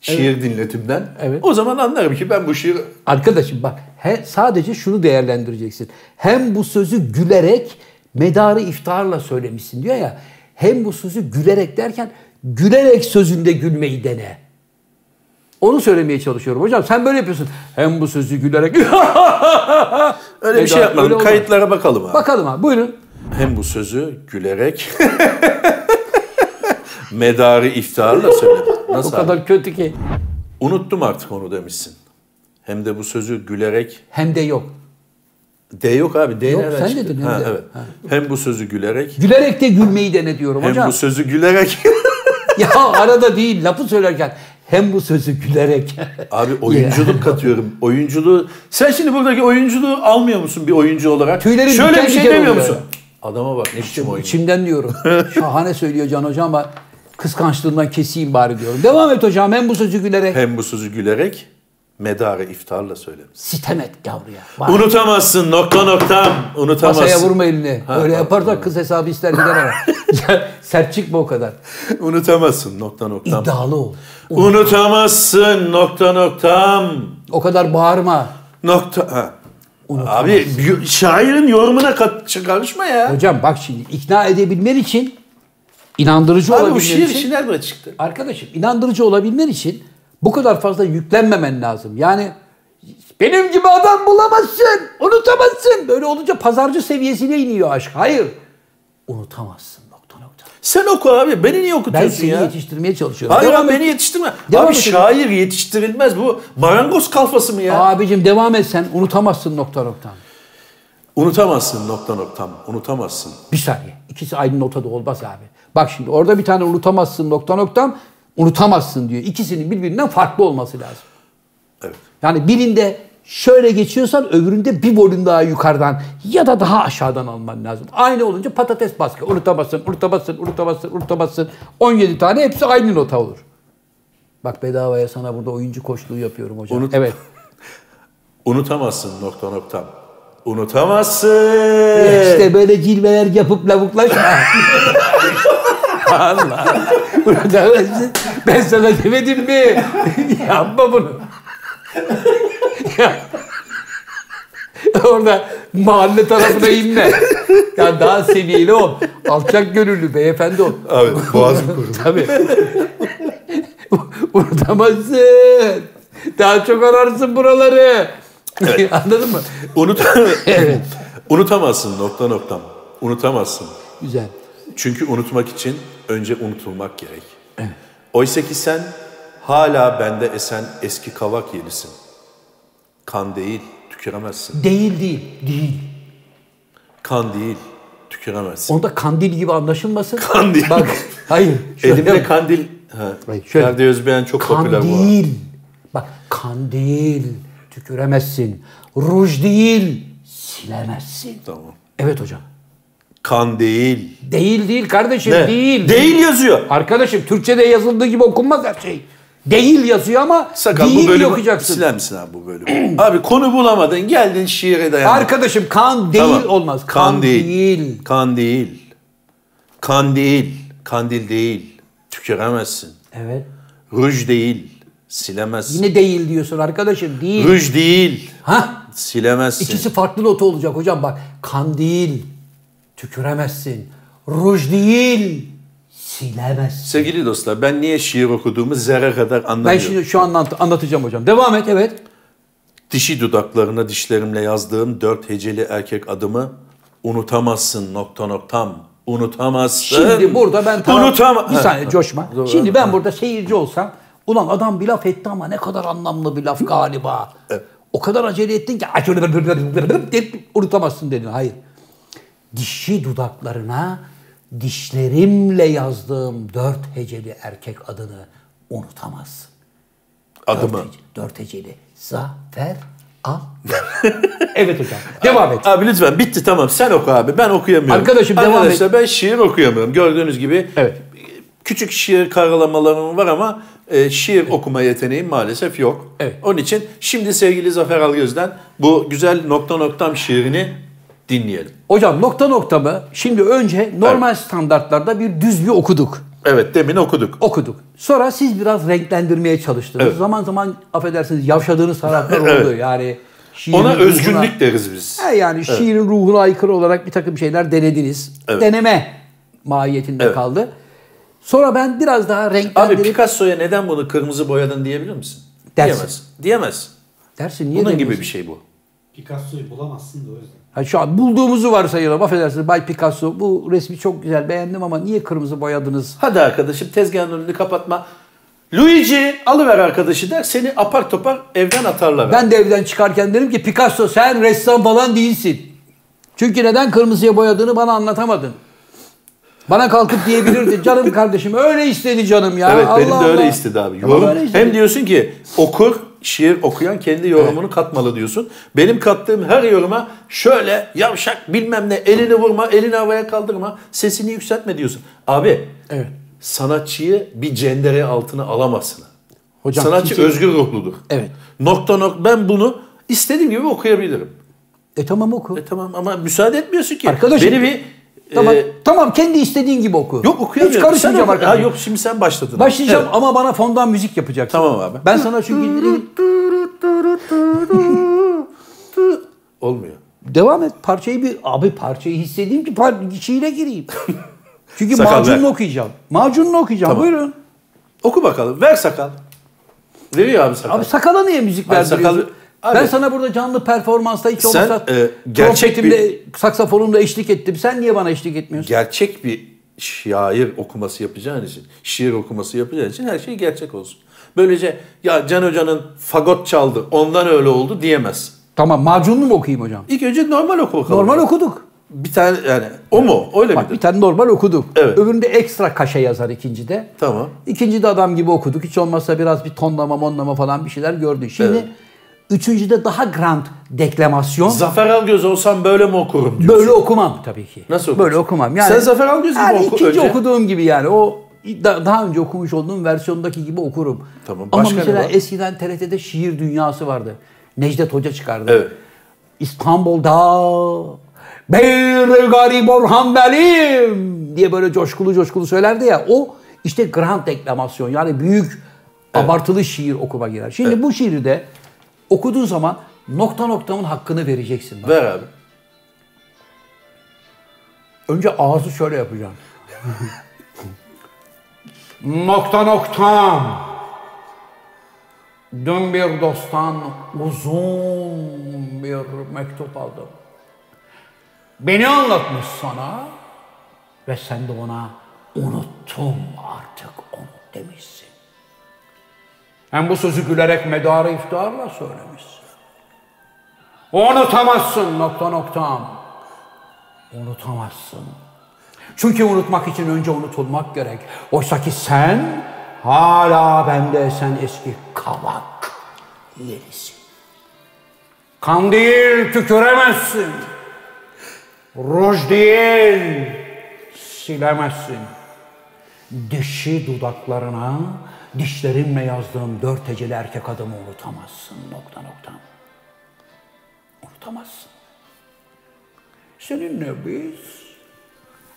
Speaker 2: şiir dinletimden.
Speaker 1: Evet.
Speaker 2: O zaman anlarım ki ben bu şiir
Speaker 1: Arkadaşım bak he, sadece şunu değerlendireceksin. Hem bu sözü gülerek medarı iftiharla söylemişsin diyor ya. Hem bu sözü gülerek derken gülerek sözünde gülmeyi dene. Onu söylemeye çalışıyorum hocam. Sen böyle yapıyorsun. Hem bu sözü gülerek
Speaker 2: öyle bir şey
Speaker 1: Medar- öyle
Speaker 2: yapmadım.
Speaker 1: olmaz.
Speaker 2: Kayıtlara bakalım abi.
Speaker 1: Bakalım ha buyurun.
Speaker 2: Hem bu sözü gülerek medarı iftarla söylemiş.
Speaker 1: O
Speaker 2: Nasıl abi?
Speaker 1: kadar kötü ki.
Speaker 2: Unuttum artık onu demişsin. Hem de bu sözü gülerek
Speaker 1: Hem de yok.
Speaker 2: D yok abi. D
Speaker 1: Yok,
Speaker 2: nereden
Speaker 1: sen
Speaker 2: çıktı?
Speaker 1: dedin, hem
Speaker 2: Ha,
Speaker 1: de.
Speaker 2: evet. Hem bu sözü gülerek
Speaker 1: Gülerek de gülmeyi dene diyorum
Speaker 2: hem
Speaker 1: hocam.
Speaker 2: bu sözü gülerek.
Speaker 1: ya arada değil lafı söylerken hem bu sözü gülerek.
Speaker 2: abi oyunculuk katıyorum. Oyunculuğu. Sen şimdi buradaki oyunculuğu almıyor musun bir oyuncu olarak?
Speaker 1: Tüylerim
Speaker 2: Şöyle
Speaker 1: diken
Speaker 2: bir şey
Speaker 1: diken
Speaker 2: demiyor
Speaker 1: oluyor
Speaker 2: musun? Adama bak ne biçim oyuncu.
Speaker 1: İçimden diyorum. Şahane söylüyor Can Hocam ama kıskançlığından keseyim bari diyorum. Devam et hocam hem bu sözü gülerek.
Speaker 2: Hem bu sözü gülerek medarı iftarla söylemiş.
Speaker 1: Sitem et yavruya. Bak,
Speaker 2: Unutamazsın nokta noktam. Unutamazsın.
Speaker 1: masaya vurma elini.
Speaker 2: Ha,
Speaker 1: Öyle
Speaker 2: ha,
Speaker 1: yaparsak kız hesabı ister gider ama. Ya, Sert çıkma o kadar.
Speaker 2: Unutamazsın nokta noktam.
Speaker 1: İddialı ol.
Speaker 2: Unutamazsın nokta noktam.
Speaker 1: O kadar bağırma.
Speaker 2: Nokta ha.
Speaker 1: unutamazsın.
Speaker 2: Abi yo- şairin yorumuna kat, karışma ya.
Speaker 1: Hocam bak şimdi ikna edebilmen için inandırıcı
Speaker 2: Abi bu
Speaker 1: olabilmen
Speaker 2: şiir
Speaker 1: için
Speaker 2: işi nereden çıktı?
Speaker 1: arkadaşım inandırıcı olabilmen için bu kadar fazla yüklenmemen lazım. Yani benim gibi adam bulamazsın, unutamazsın. Böyle olunca pazarcı seviyesine iniyor aşk. Hayır. Unutamazsın nokta nokta.
Speaker 2: Sen oku abi. Beni niye
Speaker 1: Ben
Speaker 2: okutuyorsun
Speaker 1: seni
Speaker 2: ya?
Speaker 1: yetiştirmeye çalışıyorum.
Speaker 2: Hayır
Speaker 1: Devam
Speaker 2: abi
Speaker 1: et.
Speaker 2: beni yetiştirme.
Speaker 1: Devam
Speaker 2: abi
Speaker 1: et.
Speaker 2: şair yetiştirilmez. Bu marangoz kalfası mı ya?
Speaker 1: Abicim devam et sen unutamazsın nokta nokta.
Speaker 2: Unutamazsın nokta noktam. Unutamazsın.
Speaker 1: Bir saniye. İkisi aynı notada olmaz abi. Bak şimdi orada bir tane unutamazsın nokta noktam unutamazsın diyor. İkisinin birbirinden farklı olması lazım.
Speaker 2: Evet.
Speaker 1: Yani birinde şöyle geçiyorsan öbüründe bir volüm daha yukarıdan ya da daha aşağıdan alman lazım. Aynı olunca patates baskı. Unutamazsın, unutamazsın, unutamazsın, unutamazsın. 17 tane hepsi aynı nota olur. Bak bedavaya sana burada oyuncu koçluğu yapıyorum hocam.
Speaker 2: Unut-
Speaker 1: Evet.
Speaker 2: Unutamazsın nokta noktam. Unutamazsın.
Speaker 1: İşte böyle cilveler yapıp lavuklaşma. Allah. ben sana demedim mi? Yapma bunu. Ya. Orada mahalle tarafına inme. Ya daha seviyeli ol. Alçak gönüllü beyefendi ol.
Speaker 2: Abi boğazım kurudu.
Speaker 1: Tabii. Unutamazsın. Daha çok ararsın buraları. Anladın mı?
Speaker 2: Unut Unutamazsın nokta noktam. Unutamazsın.
Speaker 1: Güzel.
Speaker 2: Çünkü unutmak için önce unutulmak gerek. Oysa ki sen hala bende esen eski kavak yelisin. Kan değil, tüküremezsin.
Speaker 1: Değil değil. Değil.
Speaker 2: Kan değil, tüküremezsin.
Speaker 1: Onda kandil gibi anlaşılmasın.
Speaker 2: Kandil.
Speaker 1: Bak hayır. Şöyle
Speaker 2: Elimde
Speaker 1: bak.
Speaker 2: kandil. Ha.
Speaker 1: Hayır, şöyle.
Speaker 2: Ferdi Özbeğen çok popüler bu. ara.
Speaker 1: Kandil. Bak kandil. Tüküremezsin. Ruj değil. Silemezsin.
Speaker 2: Tamam.
Speaker 1: Evet hocam.
Speaker 2: Kan değil.
Speaker 1: Değil değil kardeşim
Speaker 2: Ne?
Speaker 1: değil.
Speaker 2: Değil yazıyor.
Speaker 1: Arkadaşım Türkçe'de yazıldığı gibi okunmaz her şey. Değil yazıyor ama
Speaker 2: Sakal
Speaker 1: değil
Speaker 2: bu bölümü
Speaker 1: okuyacaksın.
Speaker 2: siler misin abi bu bölümü? abi konu bulamadın geldin şiire dayandın.
Speaker 1: Arkadaşım kan değil
Speaker 2: Tamam.
Speaker 1: olmaz.
Speaker 2: Kan, değil.
Speaker 1: değil.
Speaker 2: Kan değil. Kan değil. Kandil değil. Tüküremezsin.
Speaker 1: Evet.
Speaker 2: Ruj değil. Silemezsin.
Speaker 1: Yine değil diyorsun arkadaşım değil.
Speaker 2: Ruj değil.
Speaker 1: Ha?
Speaker 2: Silemezsin.
Speaker 1: İkisi farklı nota olacak hocam bak. Kan değil, tüküremezsin. Ruj değil, silemezsin.
Speaker 2: Sevgili dostlar ben niye şiir okuduğumu zerre kadar
Speaker 1: Ben
Speaker 2: anlamıyorum.
Speaker 1: şimdi şu an anlat- anlatacağım hocam. Devam et evet.
Speaker 2: Dişi dudaklarına dişlerimle yazdığım dört heceli erkek adımı unutamazsın nokta noktam. Unutamazsın.
Speaker 1: Şimdi burada ben tamam.
Speaker 2: Unutam-
Speaker 1: Bir
Speaker 2: Ha.
Speaker 1: saniye coşma. Şimdi ben burada seyirci olsam ulan adam bir laf etti ama ne kadar anlamlı bir laf galiba. O kadar acele ettin ki acele deyip unutamazsın dedin. Hayır. Dişi dudaklarına dişlerimle yazdığım dört heceli erkek adını unutamazsın.
Speaker 2: Adımı.
Speaker 1: Dört, hece- dört heceli. Zafer al. evet hocam. Devam et.
Speaker 2: Abi lütfen bitti tamam sen oku abi ben okuyamıyorum.
Speaker 1: Arkadaşım, devam
Speaker 2: Arkadaşlar ben şiir okuyamıyorum gördüğünüz gibi.
Speaker 1: Evet.
Speaker 2: Küçük şiir karalamalarım var ama e, şiir okuma yeteneğim maalesef yok.
Speaker 1: Evet.
Speaker 2: Onun için şimdi sevgili Zafer Algöz'den bu güzel nokta noktam şiirini dinleyelim.
Speaker 1: Hocam nokta nokta mı? Şimdi önce normal standartlarda bir düz bir okuduk.
Speaker 2: Evet demin okuduk.
Speaker 1: Okuduk. Sonra siz biraz renklendirmeye çalıştınız.
Speaker 2: Evet.
Speaker 1: Zaman zaman affedersiniz yavşadığınız taraflar oldu.
Speaker 2: Evet.
Speaker 1: Yani şiirin
Speaker 2: Ona
Speaker 1: ruhuna-
Speaker 2: özgünlük deriz biz.
Speaker 1: Ha, yani şiirin ruhuna aykırı olarak bir takım şeyler denediniz.
Speaker 2: Evet.
Speaker 1: Deneme mahiyetinde
Speaker 2: Evet.
Speaker 1: kaldı. Sonra ben biraz daha
Speaker 2: Abi
Speaker 1: renklendirip
Speaker 2: Picasso'ya neden bunu kırmızı boyadın diyebilir misin?
Speaker 1: Dersin.
Speaker 2: Diyemez. Diyemez.
Speaker 1: dersin niye
Speaker 2: Bunun gibi
Speaker 1: demiyorsun?
Speaker 2: bir şey bu.
Speaker 3: Picasso'yu bulamazsın da o yüzden.
Speaker 1: Ha, şu an bulduğumuzu varsayalım. Affedersiniz Bay Picasso bu resmi çok güzel beğendim ama niye kırmızı boyadınız?
Speaker 2: Hadi arkadaşım tezgahın önünü kapatma. Luigi alıver arkadaşı der seni apar topar evden atarlar.
Speaker 1: Ben de evden çıkarken dedim ki Picasso sen ressam falan değilsin. Çünkü neden kırmızıya boyadığını bana anlatamadın. Bana kalkıp diyebilirdin. canım kardeşim öyle istedi canım ya.
Speaker 2: evet benim
Speaker 1: Allah
Speaker 2: de öyle
Speaker 1: Allah.
Speaker 2: istedi abi.
Speaker 1: Tamam,
Speaker 2: Yorum,
Speaker 1: öyle istedi.
Speaker 2: hem diyorsun ki okur şiir okuyan kendi yorumunu katmalı diyorsun. Benim kattığım her yoruma şöyle yavşak bilmem ne elini vurma elini havaya kaldırma sesini yükseltme diyorsun. Abi
Speaker 1: Evet.
Speaker 2: sanatçıyı bir cendere altına alamazsın.
Speaker 1: Hocam,
Speaker 2: Sanatçı
Speaker 1: kimse-
Speaker 2: özgür ruhludur.
Speaker 1: Evet.
Speaker 2: Nokta nokta ben bunu istediğim gibi okuyabilirim.
Speaker 1: E tamam oku.
Speaker 2: E tamam ama müsaade etmiyorsun ki.
Speaker 1: Arkadaşım-
Speaker 2: Beni bir...
Speaker 1: tamam,
Speaker 2: e,
Speaker 1: tamam kendi istediğin gibi oku.
Speaker 2: yok okuyamıyorum.
Speaker 1: Hiç
Speaker 2: Sen
Speaker 1: karışmayacağım
Speaker 2: oku-
Speaker 1: arkadaşım.
Speaker 2: Ha, yok şimdi sen başladın.
Speaker 1: Başlayacağım
Speaker 2: Evet.
Speaker 1: ama bana fondan müzik yapacaksın.
Speaker 2: Tamam abi.
Speaker 1: Ben sana çünkü...
Speaker 2: Olmuyor.
Speaker 1: Devam et. Parçayı bir abi parçayı hissedeyim ki par içine gireyim. Çünkü
Speaker 2: Sakal ver.
Speaker 1: macunla okuyacağım. Macunla okuyacağım.
Speaker 2: Tamam.
Speaker 1: Buyurun.
Speaker 2: Oku bakalım. Ver sakal. Veriyor abi sakal.
Speaker 1: Abi sakala niye müzik
Speaker 2: Abi
Speaker 1: verdiriyorsun?
Speaker 2: sakalı- Abi-
Speaker 1: ben sana burada canlı performansta hiç
Speaker 2: Sen,
Speaker 1: olmazsa
Speaker 2: e, gerçek
Speaker 1: trompetimle, saksafonumla eşlik ettim. Sen niye bana eşlik etmiyorsun?
Speaker 2: gerçek bir şair okuması yapacağın için, şiir okuması yapacağın için her şey gerçek olsun. Böylece ya Can Hoca'nın fagot çaldı, ondan öyle oldu diyemez.
Speaker 1: Tamam macunlu mu okuyayım hocam?
Speaker 2: İlk önce normal oku bakalım.
Speaker 1: Normal okuduk.
Speaker 2: Bir tane yani o mu? Öyle
Speaker 1: Bak bir
Speaker 2: midir?
Speaker 1: tane normal okuduk.
Speaker 2: Evet.
Speaker 1: Öbüründe ekstra kaşe yazar ikincide.
Speaker 2: Tamam.
Speaker 1: İkincide adam gibi okuduk. Hiç olmazsa biraz bir tonlama monlama falan bir şeyler gördün. Şimdi
Speaker 2: Evet.
Speaker 1: üçüncüde daha grand deklamasyon.
Speaker 2: Zafer Algöz olsam böyle mi okurum diyorsun.
Speaker 1: Böyle okumam tabii ki.
Speaker 2: Nasıl okursun?
Speaker 1: Böyle okumam. Yani,
Speaker 2: Sen Zafer Algöz gibi
Speaker 1: yani
Speaker 2: oku
Speaker 1: ikinci
Speaker 2: önce.
Speaker 1: okuduğum gibi yani o da- daha önce okumuş olduğum versiyondaki gibi okurum.
Speaker 2: Tamam,
Speaker 1: Ama
Speaker 2: başka ne
Speaker 1: mesela
Speaker 2: var?
Speaker 1: eskiden TRT'de şiir dünyası vardı. Necdet Hoca çıkardı.
Speaker 2: Evet.
Speaker 1: İstanbul'da bir garip Orhan benim diye böyle coşkulu coşkulu söylerdi ya. O işte grand deklamasyon yani büyük abartılı şiir okuma girer. Şimdi bu şiiri de okuduğun zaman nokta noktamın hakkını vereceksin. bana.
Speaker 2: Ver abi.
Speaker 1: Önce ağzı şöyle yapacağım.
Speaker 5: Nokta noktam. Dün bir dosttan
Speaker 1: Uzun bir mektup aldım.
Speaker 5: beni anlatmış.
Speaker 1: Yapmış sana ve sen de ona unuttum artık onu demişsin.
Speaker 5: Hem bu sözü gülerek medarı iftiharla söylemişsin.
Speaker 1: Unutamazsın nokta noktam. Unutamazsın. Çünkü unutmak için önce unutulmak gerek. Oysa ki sen hala bende sen eski kavak yerisin.
Speaker 5: Kan değil tüküremezsin. Ruj değil silemezsin.
Speaker 1: Dişi dudaklarına dişlerimle yazdığım dört heceli erkek adımı unutamazsın nokta nokta. Unutamazsın. Seninle biz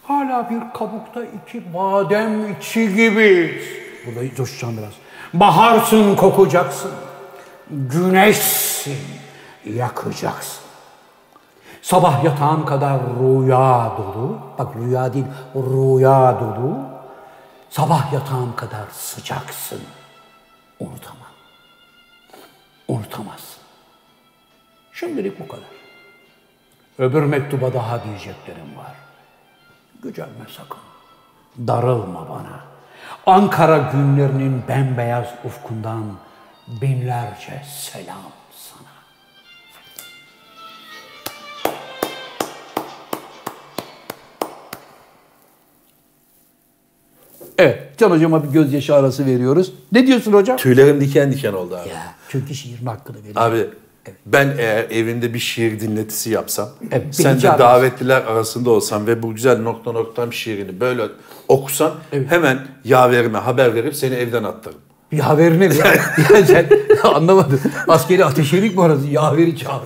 Speaker 1: hala bir kabukta iki badem içi gibiyiz. Burada coşacağım biraz. Baharsın kokacaksın. Güneşsin yakacaksın. Sabah yatağın kadar rüya dolu. Bak rüya değil rüya dolu. Sabah yatağım kadar sıcaksın. Unutamam. Unutamazsın. Şimdilik bu kadar. Öbür mektuba daha diyeceklerim var. Gücenme sakın. Darılma bana. Ankara günlerinin bembeyaz ufkundan binlerce selam sana. Evet, Can Hocam'a bir gözyaşı arası veriyoruz. Ne diyorsun hocam?
Speaker 2: Tüylerim diken diken oldu abi.
Speaker 1: Ya, çünkü şiirin hakkını veriyor.
Speaker 2: Abi ben eğer evinde bir şiir dinletisi yapsam,
Speaker 1: Evet,
Speaker 2: sen de
Speaker 1: birinci abi.
Speaker 2: davetliler arasında olsan ve bu güzel nokta noktam şiirini böyle okusan hemen yaverime haber verip seni evden attırım.
Speaker 1: Yaverini mi? ya sen anlamadım. Askeri ateşelik mi orası? Yaveri çağır.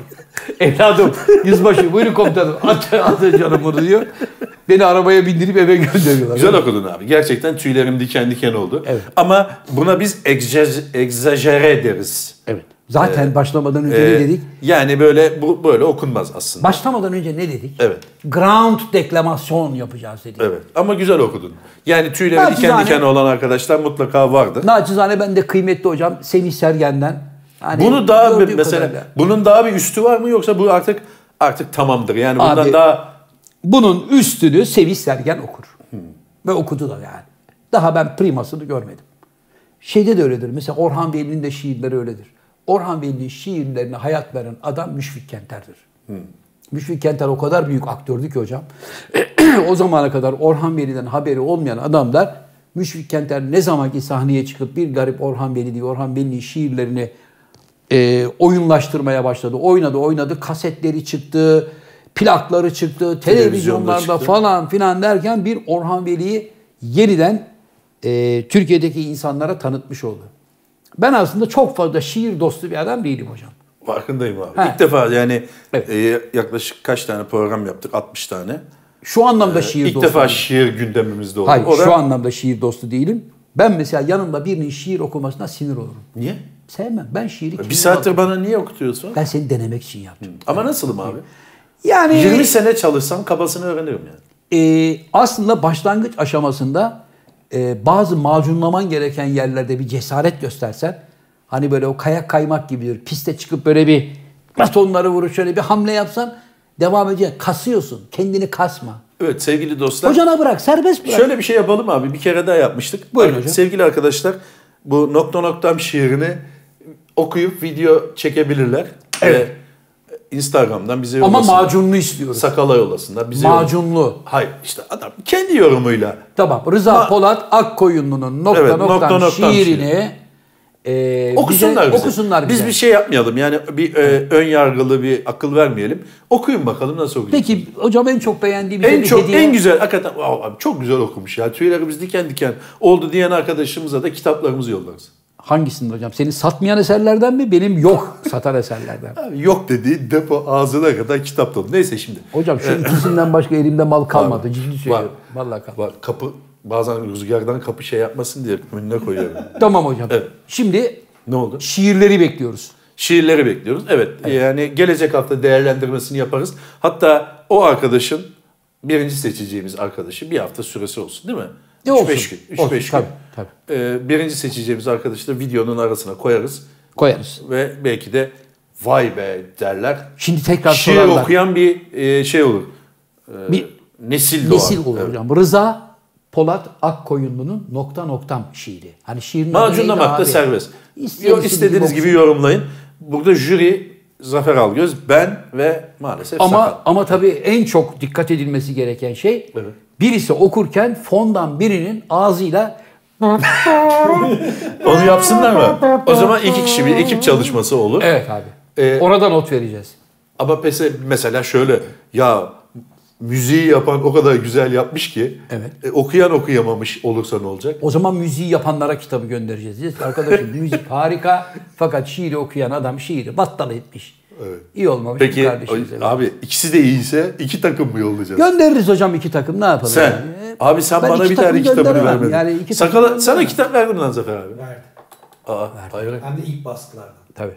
Speaker 1: Evladım, yüzbaşı buyurun komutanım. At, at canım bunu diyor. Beni arabaya bindirip eve gönderiyorlar.
Speaker 2: Güzel okudun abi. Gerçekten tüylerim diken diken oldu.
Speaker 1: Evet.
Speaker 2: Ama buna biz egze- egzajere deriz.
Speaker 1: Evet. e, Zaten başlamadan önce
Speaker 2: Ee,
Speaker 1: ne dedik?
Speaker 2: Yani böyle bu böyle okunmaz aslında.
Speaker 1: Başlamadan önce ne dedik?
Speaker 2: Evet.
Speaker 1: Ground deklamasyon yapacağız dedik.
Speaker 2: Evet. Ama güzel okudun. Yani tüyleri diken
Speaker 1: Naçizane-
Speaker 2: diken olan arkadaşlar mutlaka vardır.
Speaker 1: Naçizane ben de kıymetli hocam Semih Sergen'den. Yani
Speaker 2: Bunu daha bir
Speaker 1: gördüğüm
Speaker 2: mesela
Speaker 1: kadarıyla.
Speaker 2: bunun daha bir üstü var mı yoksa bu artık artık tamamdır. Yani bundan
Speaker 1: Abi-
Speaker 2: daha
Speaker 1: Bunun üstünü Sevinç Sergen okur. Ve okudu da yani. Daha ben primasını görmedim. Şeyde de öyledir. Mesela Orhan Veli'nin de şiirleri öyledir. Orhan Veli'nin şiirlerine hayat veren adam Müşfik Kenter'dir. Müşfik Kenter o kadar büyük aktördü ki hocam. o zamana kadar Orhan Veli'den haberi olmayan adamlar Müşfik Kenter ne zamanki sahneye çıkıp bir garip Orhan Veli diye Orhan Veli'nin şiirlerini e, oyunlaştırmaya başladı. Oynadı oynadı kasetleri çıktı, plakları çıktı, televizyonlarda
Speaker 2: çıktı.
Speaker 1: falan filan derken bir Orhan Veli'yi yeniden e, Türkiye'deki insanlara tanıtmış oldu. Ben aslında çok fazla şiir dostu bir adam değilim hocam.
Speaker 2: farkındayım abi.
Speaker 1: He.
Speaker 2: İlk defa yani
Speaker 1: Evet.
Speaker 2: e, yaklaşık kaç tane program yaptık? 60 tane.
Speaker 1: Şu anlamda şiir
Speaker 2: İlk
Speaker 1: dostu.
Speaker 2: Ee, defa şiir gündemimizde oldu.
Speaker 1: Hayır
Speaker 2: O da-
Speaker 1: şu anlamda şiir dostu değilim. Ben mesela yanımda birinin şiir okumasına sinir olurum.
Speaker 2: Niye?
Speaker 1: Sevmem. Ben şiiri
Speaker 2: Bir
Speaker 1: kendim
Speaker 2: saattir
Speaker 1: yazdım.
Speaker 2: bana niye okutuyorsun?
Speaker 1: Ben seni denemek için yaptım.
Speaker 2: Ama nasılım abi?
Speaker 1: Yani
Speaker 2: 20 sene çalışsam kabasını öğreniyorum
Speaker 1: e,
Speaker 2: yani.
Speaker 1: aslında başlangıç aşamasında e, bazı macunlaman gereken yerlerde bir cesaret göstersen hani böyle o kayak kaymak gibidir. Piste çıkıp böyle bir batonları vurup şöyle bir hamle yapsan devam edecek. Kasıyorsun. Kendini kasma.
Speaker 2: Evet sevgili dostlar.
Speaker 1: Hocana bırak. Serbest bırak.
Speaker 2: Şöyle bir şey yapalım abi. Bir kere daha yapmıştık.
Speaker 1: Buyurun hocam.
Speaker 2: Sevgili arkadaşlar bu nokta noktam şiirini okuyup video çekebilirler.
Speaker 1: Evet.
Speaker 2: Ee, Instagram'dan bize
Speaker 1: Ama
Speaker 2: yollasınlar.
Speaker 1: macunlu istiyoruz.
Speaker 2: Sakala yollasınlar. Bize yollasınlar.
Speaker 1: macunlu.
Speaker 2: Hayır işte adam kendi
Speaker 1: E,
Speaker 2: yorumuyla.
Speaker 1: Tamam. Rıza
Speaker 2: Ma-
Speaker 1: Polat Akkoyunlu'nun nokta
Speaker 2: Evet,
Speaker 1: noktan,
Speaker 2: nokta noktan
Speaker 1: şiirini e,
Speaker 2: Okusunlar bize.
Speaker 1: bize, okusunlar
Speaker 2: Biz
Speaker 1: bize.
Speaker 2: bir şey yapmayalım. Yani bir e, ön yargılı bir akıl vermeyelim. Okuyun bakalım nasıl okuyun.
Speaker 1: Peki hocam en çok beğendiğimiz
Speaker 2: En
Speaker 1: bir
Speaker 2: çok
Speaker 1: hediye.
Speaker 2: en güzel hakikaten Aa, abi çok güzel okumuş ya. Tüylerimiz diken diken oldu diyen arkadaşımıza da kitaplarımızı yollarız.
Speaker 1: Hangisinde hocam? Senin satmayan eserlerden mi? Benim yok satan eserlerden.
Speaker 2: Abi yok dediği depo ağzına kadar kitap dolu. Neyse şimdi.
Speaker 1: Hocam şu ikisinden başka elimde mal kalmadı. Ciddi söylüyorum. Vallahi kalmadı.
Speaker 2: Bak kapı bazen rüzgardan kapı şey yapmasın diye önüne koyuyorum.
Speaker 1: Tamam hocam.
Speaker 2: Evet.
Speaker 1: Şimdi
Speaker 2: ne oldu?
Speaker 1: şiirleri bekliyoruz.
Speaker 2: Şiirleri bekliyoruz. Evet, yani gelecek hafta değerlendirmesini yaparız. Hatta o arkadaşın birinci seçeceğimiz arkadaşı bir hafta süresi olsun değil mi?
Speaker 1: Ne
Speaker 2: Üç
Speaker 1: olsun?
Speaker 2: beş gün. üç
Speaker 1: Olsun,
Speaker 2: beş gün.
Speaker 1: tabii, tabii.
Speaker 2: Ee, birinci seçeceğimiz arkadaşı da videonun arasına koyarız.
Speaker 1: Koyarız.
Speaker 2: Ve belki de vay be derler.
Speaker 1: Şimdi tekrar
Speaker 2: Şiir
Speaker 1: sorarlar.
Speaker 2: okuyan bir e, şey olur.
Speaker 1: Bir
Speaker 2: Nesil doğar.
Speaker 1: nesil olur
Speaker 2: Evet.
Speaker 1: hocam. Rıza Polat Akkoyunlu'nun nokta noktam şiiri. Hani şiirin adı neydi
Speaker 2: Macunlamak da
Speaker 1: abi?
Speaker 2: serbest.
Speaker 1: İsteyen
Speaker 2: Yo,
Speaker 1: istediği
Speaker 2: istediğiniz
Speaker 1: gibi
Speaker 2: gibi yorumlayın. Burada jüri Zafer Algöz, ben ve maalesef
Speaker 1: Ama
Speaker 2: Sakal.
Speaker 1: ama tabii en çok dikkat edilmesi gereken şey
Speaker 2: Evet.
Speaker 1: birisi okurken fondan birinin ağzıyla
Speaker 2: Onu yapsınlar mı? O zaman iki kişi bir ekip çalışması olur.
Speaker 1: evet abi.
Speaker 2: Ee,
Speaker 1: Orada not vereceğiz.
Speaker 2: Ama pese mesela şöyle ya müziği yapan o kadar güzel yapmış ki
Speaker 1: Evet.
Speaker 2: e, okuyan okuyamamış olursa ne olacak?
Speaker 1: O zaman müziği yapanlara kitabı göndereceğiz. Diyeceğiz ki, arkadaşım müzik harika fakat şiiri okuyan adam şiiri battal etmiş.
Speaker 2: Evet.
Speaker 1: İyi olmamış bu
Speaker 2: Peki
Speaker 1: kardeşimize.
Speaker 2: o- abi ikisi de iyiyse iki takım mı yollayacağız?
Speaker 1: Göndeririz hocam iki takım ne yapalım?
Speaker 2: sen.
Speaker 1: yani?
Speaker 2: Abi sen
Speaker 1: Ben
Speaker 2: bana
Speaker 1: iki
Speaker 2: bir tane
Speaker 1: takım
Speaker 2: kitabını
Speaker 1: gönderemem.
Speaker 2: vermedin.
Speaker 1: Yani iki takım
Speaker 2: Sakala, sana
Speaker 1: gönderemem.
Speaker 2: kitap verdim lan Zafer abi.
Speaker 3: Verdim.
Speaker 2: Aa, hayır.
Speaker 3: Hem de ilk baskılardan.
Speaker 1: Tabii.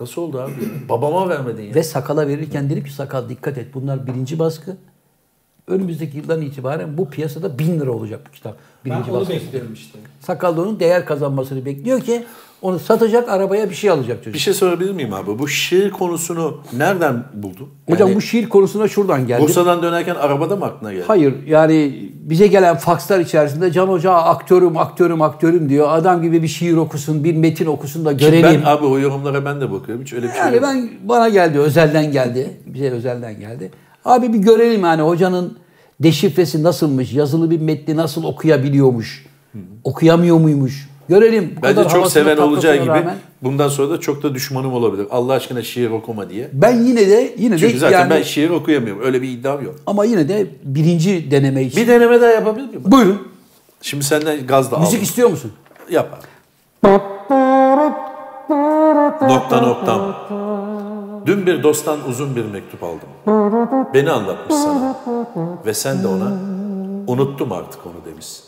Speaker 2: Nasıl oldu abi? Babama vermedin ya.
Speaker 1: Ve sakala verirken dedim ki sakal dikkat et bunlar birinci baskı. Önümüzdeki yıldan itibaren bu piyasada bin lira olacak bu kitap. Birinci
Speaker 3: ben onu bekliyorum işte.
Speaker 1: Sakal da onun değer kazanmasını bekliyor ki onu satacak arabaya bir şey alacak çocuk.
Speaker 2: Bir şey sorabilir miyim abi? Bu şiir konusunu nereden buldun?
Speaker 1: Hocam
Speaker 2: şey- Yani
Speaker 1: bu şiir konusuna şuradan geldi.
Speaker 2: Bursa'dan dönerken arabada mı aklına geldi?
Speaker 1: Hayır yani bize gelen fakslar içerisinde Can Hoca aktörüm aktörüm aktörüm diyor. Adam gibi bir şiir okusun bir metin okusun da görelim.
Speaker 2: Ben abi o yorumlara ben de bakıyorum. Hiç öyle bir şey
Speaker 1: Yani
Speaker 2: yok.
Speaker 1: ben bana geldi özelden geldi. Bize özelden geldi. Abi bir görelim yani hocanın deşifresi nasılmış? Yazılı bir metni nasıl okuyabiliyormuş? Okuyamıyor muymuş? Görelim. Bu
Speaker 2: Bence
Speaker 1: kadar
Speaker 2: çok
Speaker 1: havasına,
Speaker 2: seven olacağı gibi
Speaker 1: patlasına rağmen.
Speaker 2: bundan sonra da çok da düşmanım olabilir. Allah aşkına şiir okuma diye.
Speaker 1: Ben yine de yine
Speaker 2: Çünkü
Speaker 1: de
Speaker 2: zaten
Speaker 1: yani,
Speaker 2: ben şiir okuyamıyorum. Öyle bir iddiam yok.
Speaker 1: ama yine de birinci deneme için.
Speaker 2: Bir deneme daha yapabilir miyim?
Speaker 1: Buyurun.
Speaker 2: Şimdi senden gaz da
Speaker 1: Müzik
Speaker 2: aldım.
Speaker 1: istiyor musun?
Speaker 2: Yap abi. Nokta noktam. Dün bir dosttan uzun bir mektup aldım. Beni anlatmış sana. Ve sen de ona unuttum artık onu demişsin.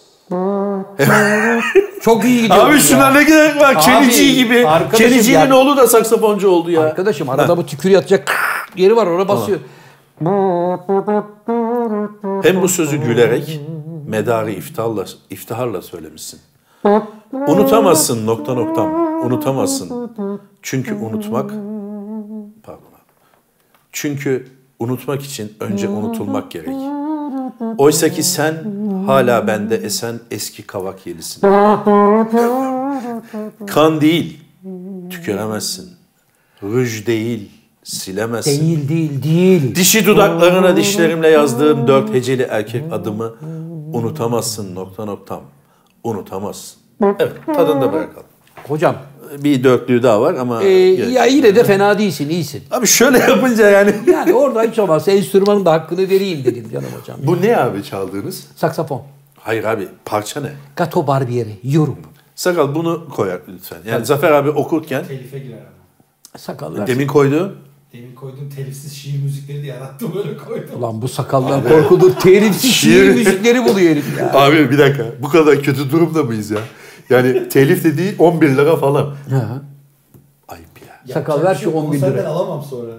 Speaker 1: Çok iyi gidiyor.
Speaker 2: Abi şuna ne gerek var?
Speaker 1: Abi,
Speaker 2: Çelici gibi.
Speaker 1: arkadaşım
Speaker 2: Çelici'nin
Speaker 1: yani-
Speaker 2: oğlu da saksafoncu oldu ya.
Speaker 1: Arkadaşım arada bu tükürüğü atacak yeri var oraya basıyor.
Speaker 2: Hem bu sözü gülerek medarı iftiharla, iftiharla söylemişsin. Unutamazsın nokta noktam. Unutamazsın. Çünkü unutmak pardon abi. Çünkü unutmak için önce unutulmak gerek. Oysa ki sen hala bende esen eski kavak yelisin. Kan değil, tüküremezsin. Ruj değil, silemezsin.
Speaker 1: Değil değil değil.
Speaker 2: Dişi dudaklarına dişlerimle yazdığım dört heceli erkek adımı unutamazsın nokta noktam. Unutamazsın. Evet tadında bırakalım.
Speaker 1: Hocam
Speaker 2: Bir dörtlüğü daha var ama...
Speaker 1: e,
Speaker 2: gerek
Speaker 1: ya
Speaker 2: yok.
Speaker 1: yine de fena değilsin iyisin.
Speaker 2: Abi şöyle yapınca yani...
Speaker 1: Yani orada hiç olmazsa enstrümanın da hakkını vereyim dedim canım hocam.
Speaker 2: Bu ne abi çaldığınız?
Speaker 1: Saksafon.
Speaker 2: Hayır abi parça ne?
Speaker 1: Gato Barbieri. Yorum.
Speaker 2: Sakal bunu koyar lütfen. Yani Zafer abi okurken
Speaker 3: Telife girer ama.
Speaker 1: Sakallar.
Speaker 2: demin koydu.
Speaker 3: Demin koyduğum telifsiz şiir müzikleri de yarattım böyle koydum.
Speaker 1: Ulan bu sakallar korkulur. Terim şiir
Speaker 2: Şiir.
Speaker 1: müzikleri buluyor herif ya.
Speaker 2: Abi bir dakika bu kadar kötü durumda mıyız ya? Yani telif dediği 11 lira falan.
Speaker 1: Ha.
Speaker 2: Ayıp ya.
Speaker 1: Sakal ver şu
Speaker 3: Yapacak bir şey
Speaker 1: 10 bin
Speaker 3: olmasa
Speaker 1: lirayı.
Speaker 3: Ben alamam sonra.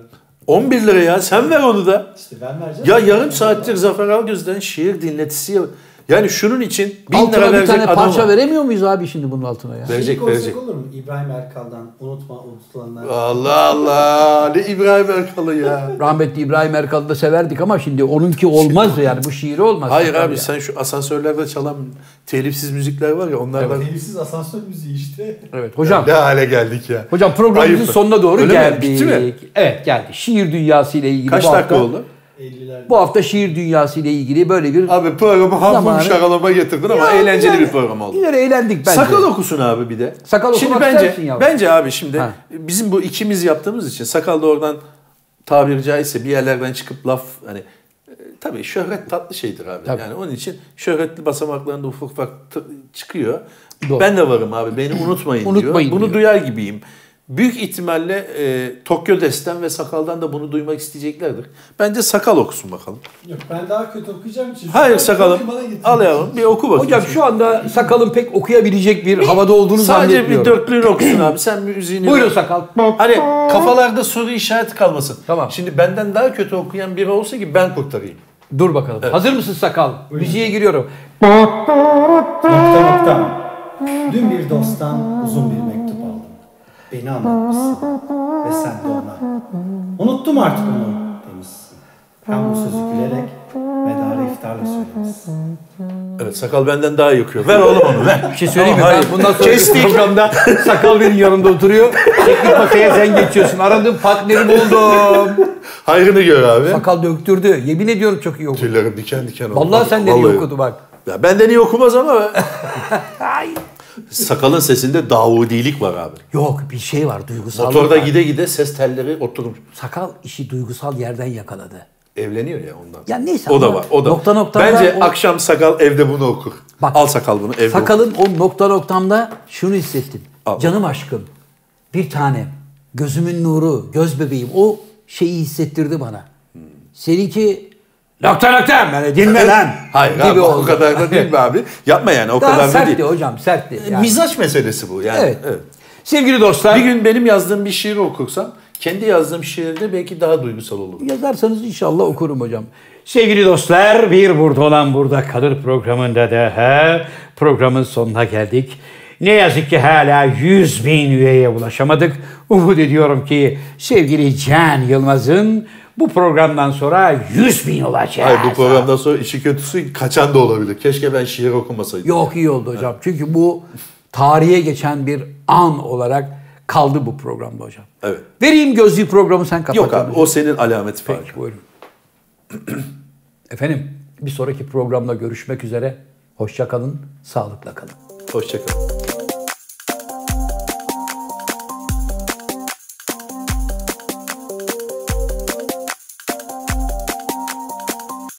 Speaker 2: 11 lira ya sen ver onu da.
Speaker 3: İşte ben vereceğim.
Speaker 2: Ya yarım saattir Zafer Algöz'den şiir dinletisi yap- Yani şunun için 1000 lira
Speaker 1: Altına bir
Speaker 2: verecek
Speaker 1: tane
Speaker 2: adam
Speaker 1: parça
Speaker 2: var.
Speaker 1: veremiyor muyuz abi şimdi bunun altına ya?
Speaker 2: Ver. Verecek,
Speaker 3: Verecek, verecek.
Speaker 2: verecek.
Speaker 3: şey olur mu? İbrahim Erkal'dan unutma unutulanlar.
Speaker 2: Allah Allah ne İbrahim Erkal'ı ya.
Speaker 1: Rahmetli İbrahim Erkal'ı da severdik ama şimdi onunki olmaz yani bu şiiri olmaz.
Speaker 2: Hayır
Speaker 1: Tabii
Speaker 2: abi
Speaker 1: ya.
Speaker 2: sen şu asansörlerde çalan telifsiz müzikler var ya onlardan
Speaker 3: Telifsiz asansör müziği işte.
Speaker 1: Evet hocam.
Speaker 2: ne hale geldik ya.
Speaker 1: Hocam programımızın
Speaker 2: Ayıp.
Speaker 1: sonuna doğru
Speaker 2: Öyle mi?
Speaker 1: geldik.
Speaker 2: Bitti mi?
Speaker 1: Evet geldi. Şiir dünyası ile ilgili
Speaker 2: Kaç
Speaker 1: bu
Speaker 2: dakika
Speaker 1: hafta,
Speaker 2: oldu?
Speaker 3: 50'lerde.
Speaker 1: Bu hafta şiir dünyası ile ilgili böyle bir
Speaker 2: Abi programı hamur
Speaker 1: Zamanı-
Speaker 2: şakalama getirdin ama
Speaker 1: Ya,
Speaker 2: eğlenceli
Speaker 1: yani,
Speaker 2: bir program oldu.
Speaker 1: Yine de eğlendik bence.
Speaker 2: Sakal okusun abi bir de.
Speaker 1: Sakal
Speaker 2: şimdi
Speaker 1: okumak
Speaker 2: bence
Speaker 1: sensin yavrum.
Speaker 2: bence abi şimdi
Speaker 1: Ha.
Speaker 2: bizim bu ikimiz yaptığımız için sakal da oradan tabiri caizse bir yerlerden çıkıp laf hani e, tabii şöhret tatlı şeydir abi.
Speaker 1: Tabii.
Speaker 2: Yani onun için şöhretli basamaklarında ufuk ufak t- çıkıyor.
Speaker 1: Doğru.
Speaker 2: Ben de varım abi beni unutmayın,
Speaker 1: Unutmayın
Speaker 2: diyor. Bunu
Speaker 1: diyor.
Speaker 2: duyar gibiyim. Büyük ihtimalle e, Tokyo Desten ve Sakal'dan da bunu duymak isteyeceklerdir. Bence Sakal okusun bakalım.
Speaker 3: Yok ben daha kötü okuyacağım için.
Speaker 2: Hayır
Speaker 3: Sen
Speaker 2: Sakalım
Speaker 3: bana getirdin.
Speaker 2: al yavrum bir oku bakayım.
Speaker 1: Hocam şu anda sakalın pek okuyabilecek bir havada olduğunu
Speaker 2: Sadece bir
Speaker 1: zannetmiyorum.
Speaker 2: dörtlüğünü okusun abi. Sen müziğini...
Speaker 1: Buyurun sakal.
Speaker 2: Hani kafalarda soru işareti kalmasın.
Speaker 1: Tamam.
Speaker 2: Şimdi benden daha kötü okuyan biri olsa ki ben kurtarayım.
Speaker 1: Dur bakalım. Hazır mısın sakal? Müziğe giriyorum.
Speaker 3: Nokta nokta. Dün bir dosttan uzun bir mektup aldım. Beni anlatmışsın ve sen de ona. Unuttum artık onu demişsin. Hem bu sözü gülerek medara iftarla söylemişsin.
Speaker 2: Evet sakal benden daha iyi okuyor. Ver oğlum onu ver.
Speaker 1: Bir şey söyleyeyim mi?
Speaker 2: Tamam,
Speaker 1: Ben
Speaker 2: hayır.
Speaker 1: bundan sonraki
Speaker 2: Kestik.
Speaker 1: programda sakal benim yanımda oturuyor. Teknik masaya sen geçiyorsun. Aradığım partneri buldum.
Speaker 2: Hayrını gör abi.
Speaker 1: Sakal döktürdü. Yemin ediyorum çok iyi okudu.
Speaker 2: Tüylerim diken diken oldu.
Speaker 1: Vallahi sen de iyi okudu bak.
Speaker 2: Ya benden iyi okumaz ama. Sakalın sesinde davudilik var abi.
Speaker 1: Yok bir şey var duygusal.
Speaker 2: Motorda gide gide ses telleri oturmuş.
Speaker 1: Sakal işi duygusal yerden yakaladı.
Speaker 2: Evleniyor ya ondan.
Speaker 1: Ya neyse
Speaker 2: O da
Speaker 1: ama
Speaker 2: var. O da.
Speaker 1: Nokta nokta
Speaker 2: Bence
Speaker 1: o-
Speaker 2: akşam sakal evde bunu okur.
Speaker 1: Bak.
Speaker 2: Al sakal bunu evde oku.
Speaker 1: Sakalın o nokta noktamda şunu hissettim.
Speaker 2: Al.
Speaker 1: Canım aşkım, bir tanem, gözümün nuru, göz bebeğim o şeyi hissettirdi bana. Seninki nokta nokta yani dinle lan
Speaker 2: Hayır
Speaker 1: gibi
Speaker 2: abi,
Speaker 1: oldu.
Speaker 2: o kadar da değil mi abi? Yapma yani o
Speaker 1: Daha
Speaker 2: kadar da
Speaker 1: sertti
Speaker 2: değil.
Speaker 1: hocam sertti. Yani.
Speaker 2: Mizaç meselesi bu yani.
Speaker 1: Evet.
Speaker 2: evet.
Speaker 1: Sevgili dostlar
Speaker 2: Bir gün benim yazdığım bir şiiri okursam kendi yazdığım şiirde belki daha duygusal olurum.
Speaker 1: yazarsanız inşallah okurum hocam.
Speaker 5: Sevgili dostlar, bir burada olan burada kalır programında da ha, programın sonuna geldik. Ne yazık ki hala 100 bin üyeye ulaşamadık. Umut ediyorum ki sevgili Can Yılmaz'ın bu programdan sonra 100 bin olacak.
Speaker 2: Hayır bu programdan sonra işi kötüsü kaçan da olabilir. Keşke ben şiir okumasaydım.
Speaker 1: Yok iyi oldu hocam. Çünkü bu tarihe geçen bir an olarak kaldı bu programda hocam.
Speaker 2: Evet.
Speaker 1: Vereyim gözlüğü programı sen kapat.
Speaker 2: Yok abi o senin alameti farkı.
Speaker 1: Peki buyurun. Efendim bir sonraki programda görüşmek üzere. Hoşça kalın, sağlıkla kalın.
Speaker 2: Hoşçakalın.